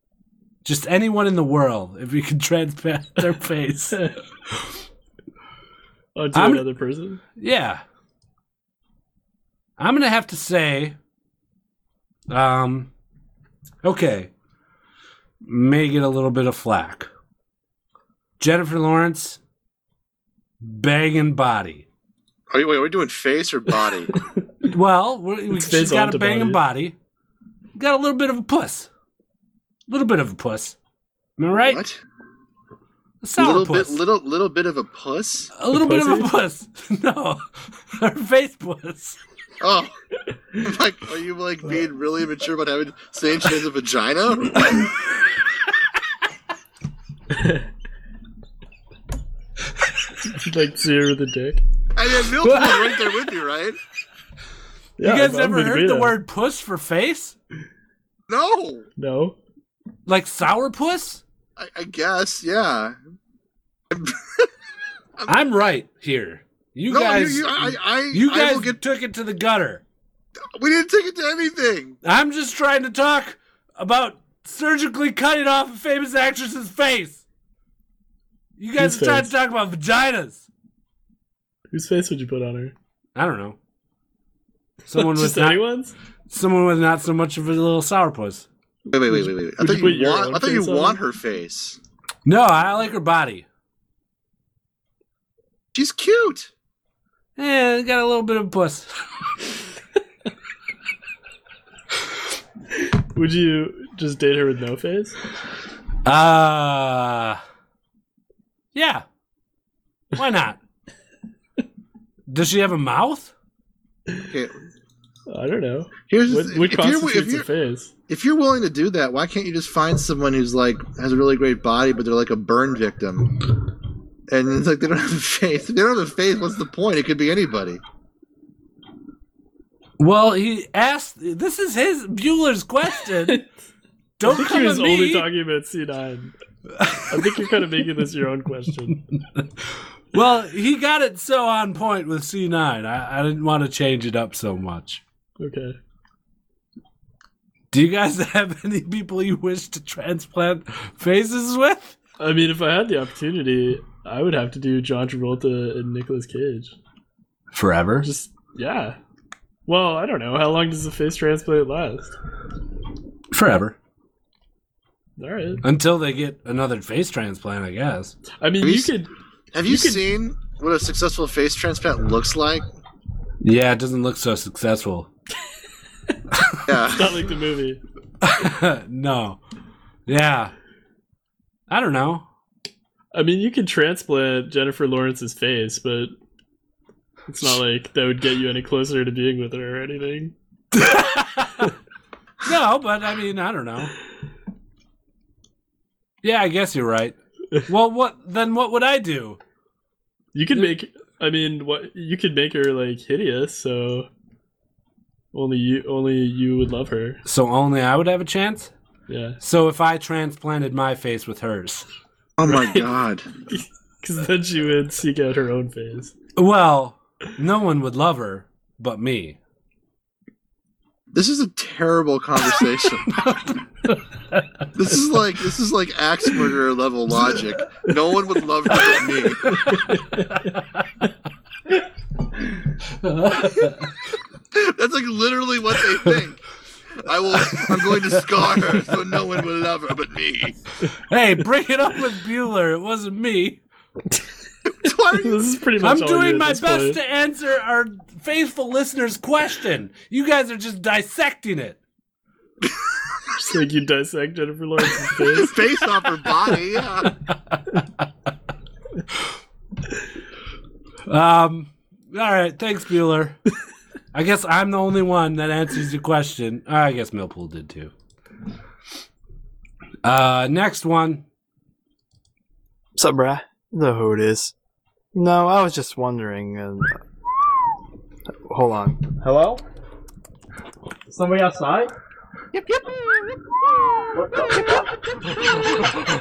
Speaker 1: Just anyone in the world, if you could transplant their face.
Speaker 3: Oh, to
Speaker 1: I'm-
Speaker 3: another person?
Speaker 1: Yeah. I'm going to have to say um okay. May get a little bit of flack. Jennifer Lawrence banging body.
Speaker 2: Are you, wait, are we doing face or body?
Speaker 1: Well, we, we,
Speaker 3: It's
Speaker 1: she's
Speaker 3: fizzled
Speaker 1: got a
Speaker 3: to
Speaker 1: banging
Speaker 3: body.
Speaker 1: body. Got a little bit of a puss. little bit of a puss. Am I right?
Speaker 2: What?
Speaker 1: A solid
Speaker 2: little
Speaker 1: puss.
Speaker 2: bit, little, little bit of a puss.
Speaker 1: a little bit of a puss. No. Her face puss.
Speaker 2: Oh, I'm like, are you like being really immature about having saying she has a vagina?
Speaker 3: like zero the dick.
Speaker 2: I mean, Millpool right there with you, right?
Speaker 1: You
Speaker 3: Yeah,
Speaker 1: guys
Speaker 3: I'm
Speaker 1: ever
Speaker 3: with
Speaker 1: heard
Speaker 3: Guido.
Speaker 1: the word puss for face?
Speaker 2: No,
Speaker 3: No.
Speaker 1: Like sourpuss?
Speaker 2: I, I guess, yeah.
Speaker 1: I'm right here. You
Speaker 2: Um, no,
Speaker 1: guys,
Speaker 2: you,
Speaker 1: you,
Speaker 2: you, I, I, I
Speaker 1: guys
Speaker 2: will get.
Speaker 1: took it to the gutter.
Speaker 2: We didn't take it to anything.
Speaker 1: I'm just trying to talk about surgically cutting off a famous actress's face. You guys
Speaker 3: Whose
Speaker 1: are trying
Speaker 3: face?
Speaker 1: to talk about vaginas.
Speaker 3: Whose face would you put on her?
Speaker 1: I don't know. Someone
Speaker 3: Just
Speaker 1: with not,
Speaker 3: anyone's?
Speaker 1: someone with not so much of a little sourpuss.
Speaker 2: Wait, wait, wait, wait, wait. I
Speaker 3: Would
Speaker 2: thought
Speaker 3: you put
Speaker 2: you
Speaker 3: your
Speaker 2: want.
Speaker 3: own
Speaker 2: I thought you
Speaker 3: face on
Speaker 2: want
Speaker 3: it?
Speaker 2: her face.
Speaker 1: No, I like her body.
Speaker 2: She's cute.
Speaker 1: Eh, got a little bit of puss.
Speaker 3: Would you just date her with no face?
Speaker 1: Uh Yeah. Why not? Does she have a mouth?
Speaker 2: Okay.
Speaker 3: I don't know.
Speaker 2: Here's the
Speaker 3: What,
Speaker 2: thing.
Speaker 3: what
Speaker 2: if, you're, if,
Speaker 3: constitutes a
Speaker 2: you're,
Speaker 3: face?
Speaker 2: if you're willing to do that, why can't you just find someone who's like has a really great body, but they're like a burn victim, and it's like they don't have a face. If they don't have a face. What's the point? It could be anybody.
Speaker 1: Well, he asked. This is his Bueller's question.
Speaker 3: I
Speaker 1: Don't
Speaker 3: think he
Speaker 1: come at
Speaker 3: was only
Speaker 1: me.
Speaker 3: talking about C9. I think you're kind of making this your own question.
Speaker 1: well, he got it so on point with C nine. I, I didn't want to change it up so much.
Speaker 3: Okay.
Speaker 1: Do you guys have any people you wish to transplant faces with?
Speaker 3: I mean, if I had the opportunity, I would have to do John Travolta and Nicolas Cage.
Speaker 8: Forever?
Speaker 3: Just yeah. Well, I don't know. How long does a face transplant last?
Speaker 8: Forever.
Speaker 3: All right.
Speaker 1: Until they get another face transplant, I guess.
Speaker 3: I mean,
Speaker 2: Have you
Speaker 3: you
Speaker 2: s-
Speaker 3: could.
Speaker 2: Have you,
Speaker 3: You could-
Speaker 2: seen what a successful face transplant looks like?
Speaker 1: Yeah, it doesn't look so successful.
Speaker 2: Yeah.
Speaker 3: Not like the movie.
Speaker 1: no. Yeah. I don't know.
Speaker 3: I mean, you could transplant Jennifer Lawrence's face, but it's not like that would get you any closer to being with her or anything.
Speaker 1: No, but I mean, I don't know. Yeah, I guess you're right. Well, what then? What would I do?
Speaker 3: You could make. I mean, what you could make her like hideous, so only you, only you would love her.
Speaker 1: So only I would have a chance.
Speaker 3: Yeah,
Speaker 1: So if I transplanted my face with hers,
Speaker 2: Oh my god.
Speaker 3: because then she would seek out her own face.
Speaker 1: well, no one would love her but me.
Speaker 2: This is a terrible conversation. this is like this is like axe murderer level logic. No one would love you but me. That's like literally what they think. I will. I'm going to scar her, so no one will love her but me.
Speaker 1: Hey, break it up with Bueller. It wasn't me.
Speaker 2: Why are you
Speaker 3: This is pretty much.
Speaker 1: I'm
Speaker 3: all you
Speaker 1: doing
Speaker 3: at
Speaker 1: my
Speaker 3: this
Speaker 1: best
Speaker 3: point.
Speaker 1: to answer our faithful listener's question. You guys are just dissecting it.
Speaker 3: Just like you dissect Jennifer Lawrence's face.
Speaker 2: face off her body? Yeah.
Speaker 1: Um. All right. Thanks, Bueller. I guess I'm the only one that answers your question. Uh, I guess Millpool did too. Uh, next one.
Speaker 9: What's up, bruh? You know who it is. No, I was just wondering. And hold on.
Speaker 10: Hello? Somebody outside?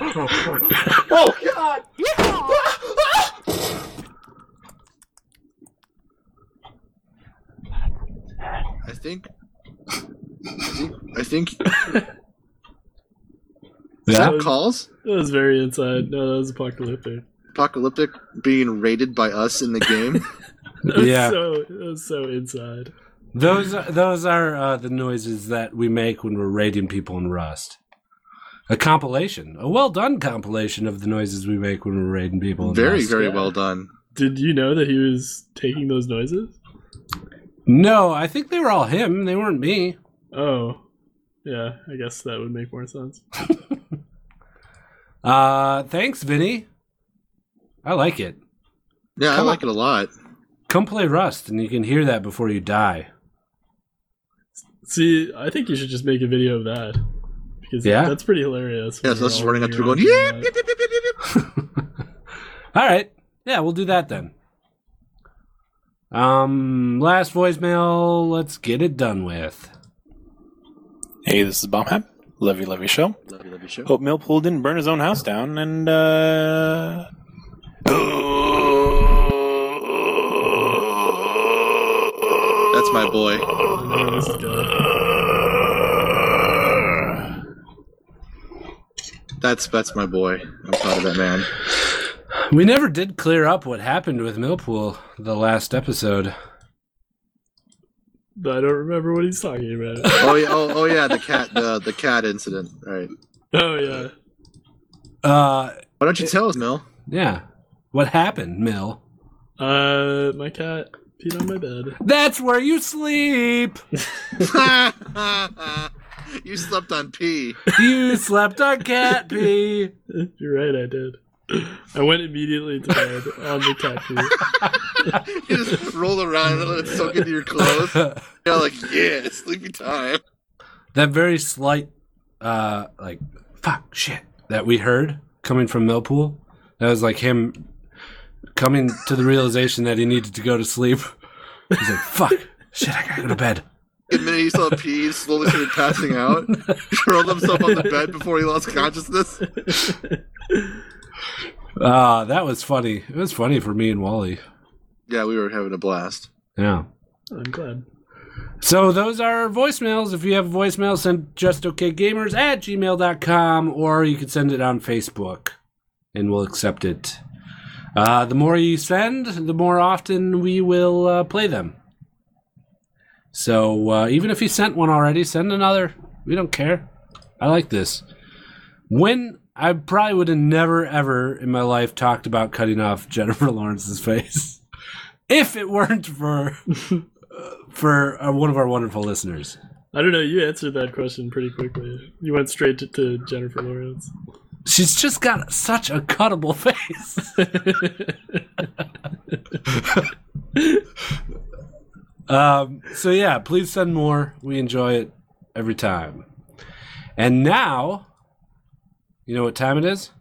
Speaker 10: oh god!
Speaker 2: I think. I think. Is
Speaker 1: Yeah.
Speaker 2: that calls?
Speaker 3: That was very inside. No, that was apocalyptic.
Speaker 2: Apocalyptic being raided by us in the game.
Speaker 3: That was
Speaker 1: Yeah.
Speaker 3: So, that was so inside.
Speaker 1: Those are, those are uh, the noises that we make when we're raiding people in Rust. A compilation, a well done compilation of the noises we make when we're raiding people. In
Speaker 2: very,
Speaker 1: Rust.
Speaker 2: very well done.
Speaker 3: Did you know that he was taking those noises?
Speaker 1: No, I think they were all him. They weren't me.
Speaker 3: Oh, yeah. I guess that would make more sense.
Speaker 1: Uh, thanks, Vinny. I like it.
Speaker 2: Yeah, I like it a lot.
Speaker 1: Come play Rust, and you can hear that before you die.
Speaker 3: See, I think you should just make a video of that because
Speaker 1: Yeah?
Speaker 3: that's pretty hilarious.
Speaker 2: Yeah,
Speaker 3: when
Speaker 2: so
Speaker 3: you're
Speaker 2: that's just
Speaker 3: all
Speaker 2: running up to people going,
Speaker 3: around
Speaker 2: yep,
Speaker 3: doing
Speaker 2: yep, yep, yep, yep, yep.
Speaker 1: All right. Yeah, we'll do that then. Um, last voicemail. Let's get it done with.
Speaker 11: Hey, this is Bombhab. Love you, love you, show.
Speaker 2: Love you, love you, show.
Speaker 11: Hope Millpool didn't burn his own house down, and uh.
Speaker 2: That's my boy.
Speaker 3: that. Oh, this is good.
Speaker 2: That's that's my boy. I'm proud of that man.
Speaker 1: We never did clear up what happened with Millpool the last episode.
Speaker 3: I don't remember what he's talking about.
Speaker 2: Oh yeah, oh, oh yeah, the cat the the cat incident. Right.
Speaker 3: oh yeah.
Speaker 1: Uh,
Speaker 2: Why don't you tell us, Mel?
Speaker 1: yeah. What happened, Mill?
Speaker 3: Uh, my cat peed on my bed.
Speaker 1: That's where you sleep.
Speaker 2: you slept on pee.
Speaker 1: You slept on cat pee.
Speaker 3: You're right, I did. I went immediately to bed on the cat pee.
Speaker 2: You just roll around and let it soak into your clothes. You're like, yeah, it's sleepy time.
Speaker 1: that very slight uh like fuck shit that we heard coming from Millpool. That was like him coming to the realization that he needed to go to sleep. He's like, fuck, shit, I gotta go to bed.
Speaker 2: The minute he saw pee, he slowly started passing out. He rolled himself on the bed before he lost consciousness.
Speaker 1: Uh that was funny. It was funny for me and Wally.
Speaker 2: Yeah, we were having a blast.
Speaker 1: Yeah.
Speaker 3: I'm glad.
Speaker 1: So those are voicemails. If you have a voicemail, send justokgamers at gmail.com or you can send it on Facebook. and we'll accept it. Uh, the more you send, the more often we will uh, play them. So uh, even if you sent one already, send another. We don't care. I like this. When I probably would have never ever in my life talked about cutting off Jennifer Lawrence's face, if it weren't for for uh, one of our wonderful listeners.
Speaker 3: I don't know. You answered that question pretty quickly. You went straight to, to Jennifer Lawrence.
Speaker 1: She's just got such a cuttable face. um, so, yeah, please send more. We enjoy it every time. And now, you know what time it is?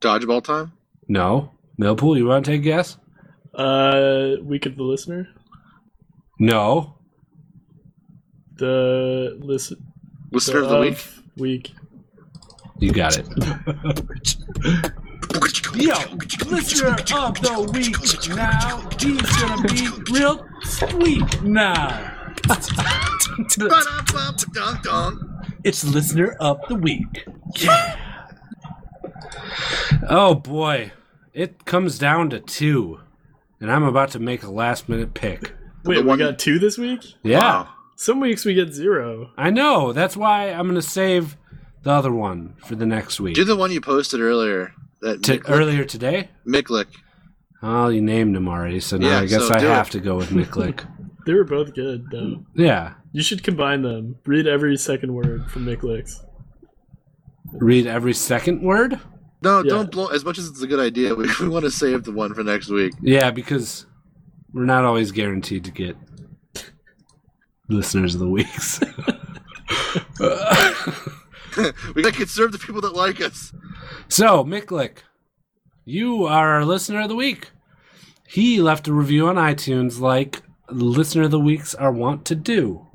Speaker 2: Dodgeball time?
Speaker 1: No. Millpool, you want to take a guess?
Speaker 3: Uh, week of the listener.
Speaker 1: No.
Speaker 3: The listen.
Speaker 2: Listener of the week?
Speaker 3: Week.
Speaker 1: You got it. Yo, listener of the week now. He's gonna be real sweet now. it's listener of the week. Yeah. Oh boy, it comes down to two, and I'm about to make a last minute pick.
Speaker 3: Wait, we got two this week?
Speaker 1: Yeah,
Speaker 3: Some weeks we get zero.
Speaker 1: I know. That's why I'm gonna save the other one for the next week.
Speaker 2: Do the one you posted earlier. That
Speaker 1: To-
Speaker 2: Mick-
Speaker 1: earlier today.
Speaker 2: Micklick.
Speaker 1: Oh, you named him already, so now
Speaker 2: Yeah,
Speaker 1: I guess
Speaker 2: so
Speaker 1: I
Speaker 2: do
Speaker 1: have
Speaker 2: it.
Speaker 1: to go with McClick.
Speaker 3: They were both good though.
Speaker 1: yeah,
Speaker 3: You should combine them. Read every second word from Nick Licks.
Speaker 1: read every second word.
Speaker 2: No, don't blow. As much as it's a good idea, we, we want to save the one for next week.
Speaker 1: Yeah, because we're not always guaranteed to get listeners of the weeks.
Speaker 2: we gotta serve the people that like us.
Speaker 1: so, Micklick, you are our listener of the week. He left a review on iTunes like listener of the weeks are wont to do.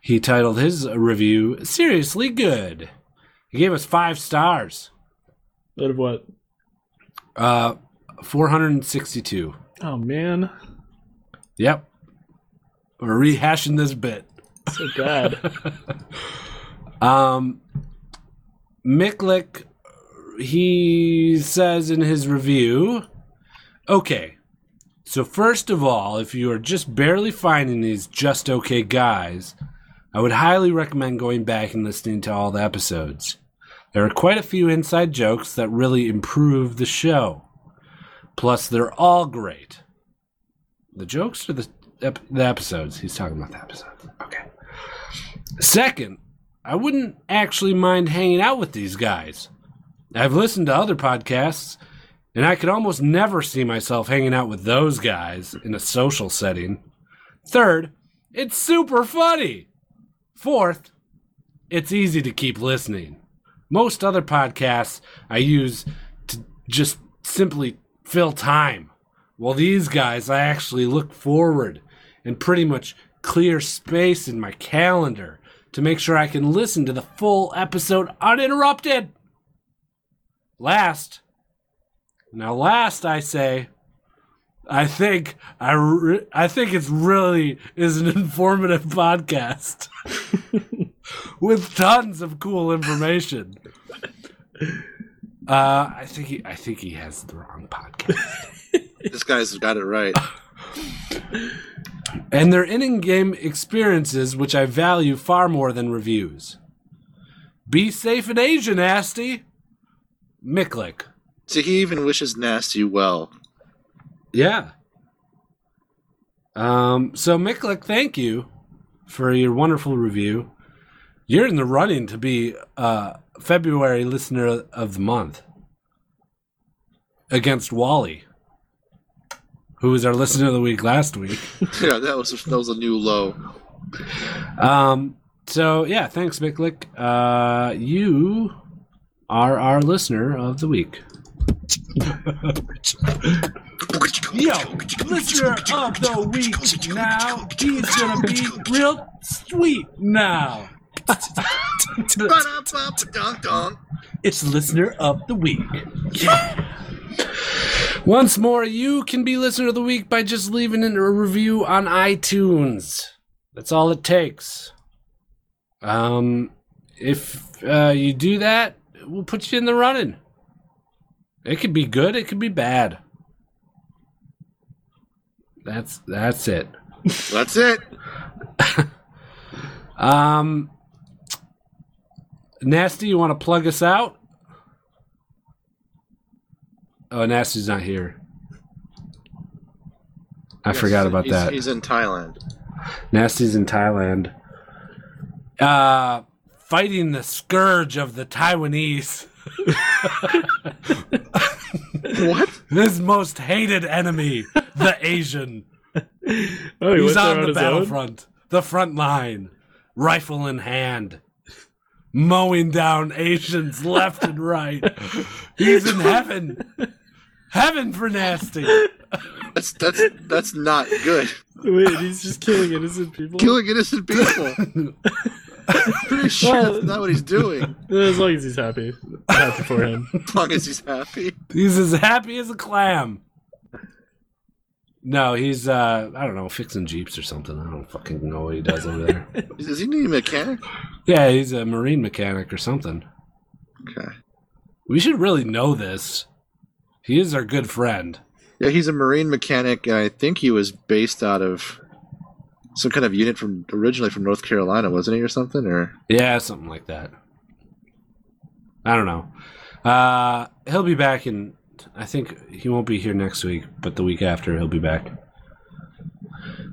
Speaker 1: He titled his review "Seriously Good." He gave us five stars.
Speaker 3: Out of what?
Speaker 1: Uh, four hundred and sixty-two.
Speaker 3: Oh man,
Speaker 1: Yep. We're rehashing this bit.
Speaker 3: so bad.
Speaker 1: Um, Miklik, he says in his review, okay. So first of all, if you are just barely finding these just okay guys, I would highly recommend going back and listening to all the episodes. There are quite a few inside jokes that really improve the show. Plus, they're all great. The jokes or the ep- the episodes? He's talking about the episodes. Okay. Second, I wouldn't actually mind hanging out with these guys. I've listened to other podcasts, and I could almost never see myself hanging out with those guys in a social setting. Third, it's super funny. Fourth, it's easy to keep listening. Most other podcasts I use to just simply fill time. Well, these guys, I actually look forward and pretty much clear space in my calendar to make sure I can listen to the full episode uninterrupted. Last, now last I say, I think I re- I think it's really is an informative podcast with tons of cool information. Uh, I think he, I think he has the wrong podcast.
Speaker 2: This guy's got it right.
Speaker 1: and their in game experiences, which I value far more than reviews. Be safe in Asia, nasty. Micklick.
Speaker 2: See, he even wishes Nasty well.
Speaker 1: Yeah. Um, so Micklick, thank you for your wonderful review. You're in the running to be uh, February listener of the month against Wally, who was our listener of the week last week.
Speaker 2: yeah, that was that was a new low.
Speaker 1: Um, so yeah, thanks, Micklick. Uh, you are our listener of the week.
Speaker 5: Yo, listener of the week now. He's gonna be real sweet now.
Speaker 1: It's listener of the week. Once more, you can be listener of the week by just leaving in a review on iTunes. That's all it takes. Um, if uh, you do that, we'll put you in the running. It could be good. It could be bad. That's that's it.
Speaker 2: That's it.
Speaker 1: Um, nasty, you want to plug us out? Oh, nasty's not here. I
Speaker 2: Yes,
Speaker 1: forgot
Speaker 2: he's-
Speaker 1: about
Speaker 2: he's-
Speaker 1: that.
Speaker 2: He's in Thailand.
Speaker 1: Nasty's in Thailand. Uh, fighting the scourge of the Taiwanese.
Speaker 2: what?
Speaker 1: His most hated enemy, the Asian.
Speaker 3: Oh, he went
Speaker 1: He's
Speaker 3: there
Speaker 1: on
Speaker 3: on
Speaker 1: the
Speaker 3: his own?
Speaker 1: battlefront, the front line, rifle in hand, mowing down Asians left and right. He's in heaven. Heaven for nasty.
Speaker 2: That's that's that's not good.
Speaker 3: Wait, he's just killing innocent people.
Speaker 2: Killing innocent people. Pretty sure that's not what he's doing.
Speaker 3: Eh, As long as he's happy, I'm happy for him.
Speaker 2: As long as he's happy.
Speaker 1: He's as happy as a clam. No, he's uh I don't know, fixing jeeps or something. I don't fucking know what he does over there.
Speaker 2: Is, is he a mechanic?
Speaker 1: Yeah, he's a marine mechanic or something.
Speaker 2: Okay.
Speaker 1: We should really know this. He is our good friend.
Speaker 2: Yeah, he's a marine mechanic, and I think he was based out of some kind of unit from originally from North Carolina, wasn't he, or something? Or
Speaker 1: Yeah, something like that. I don't know. Uh he'll be back in I think he won't be here next week, but the week after he'll be back.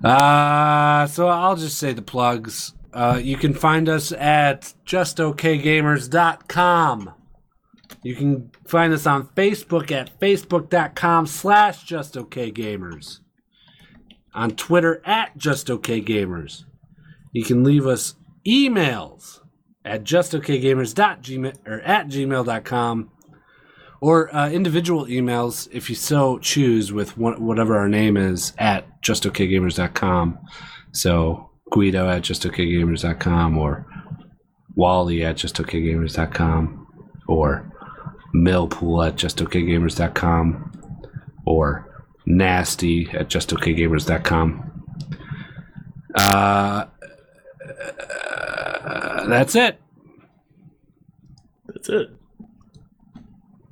Speaker 1: Uh so I'll just say the plugs. Uh you can find us at justokgamers.com. You can find us on Facebook at facebook.com slash justokgamers. On Twitter at justokgamers. You can leave us emails at justokgamers.gmail or at gmail.com or uh, individual emails if you so choose with what, whatever our name is at justokgamers.com. So Guido at justokgamers.com or Wally at justokgamers.com or Millpool at justokgamers.com or nasty at justokgamers.com. Uh, uh, that's it.
Speaker 3: That's it.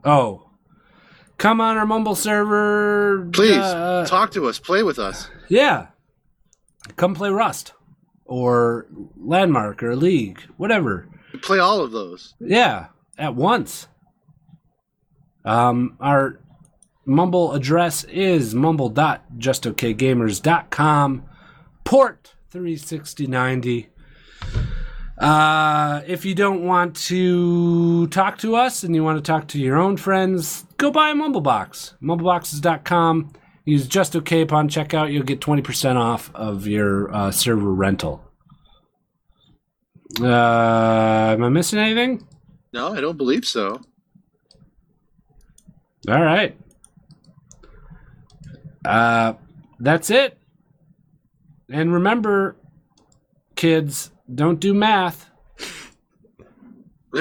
Speaker 1: Oh. Come on our Mumble server.
Speaker 2: please
Speaker 1: uh,
Speaker 2: talk to us, play with us.
Speaker 1: Yeah. Come play Rust or Landmark or League, whatever.
Speaker 2: Play all of those.
Speaker 1: Yeah, at once. Um, our Mumble address is mumble.justokgamers.com, port 36090. Uh, if you don't want to talk to us and you want to talk to your own friends, go buy a Mumblebox. Mumbleboxes.com. Use just okay upon checkout. You'll get 20% off of your uh, server rental. Uh, am I missing anything?
Speaker 2: No, I don't believe so.
Speaker 1: All right. Uh, that's it. And remember, kids, don't do math.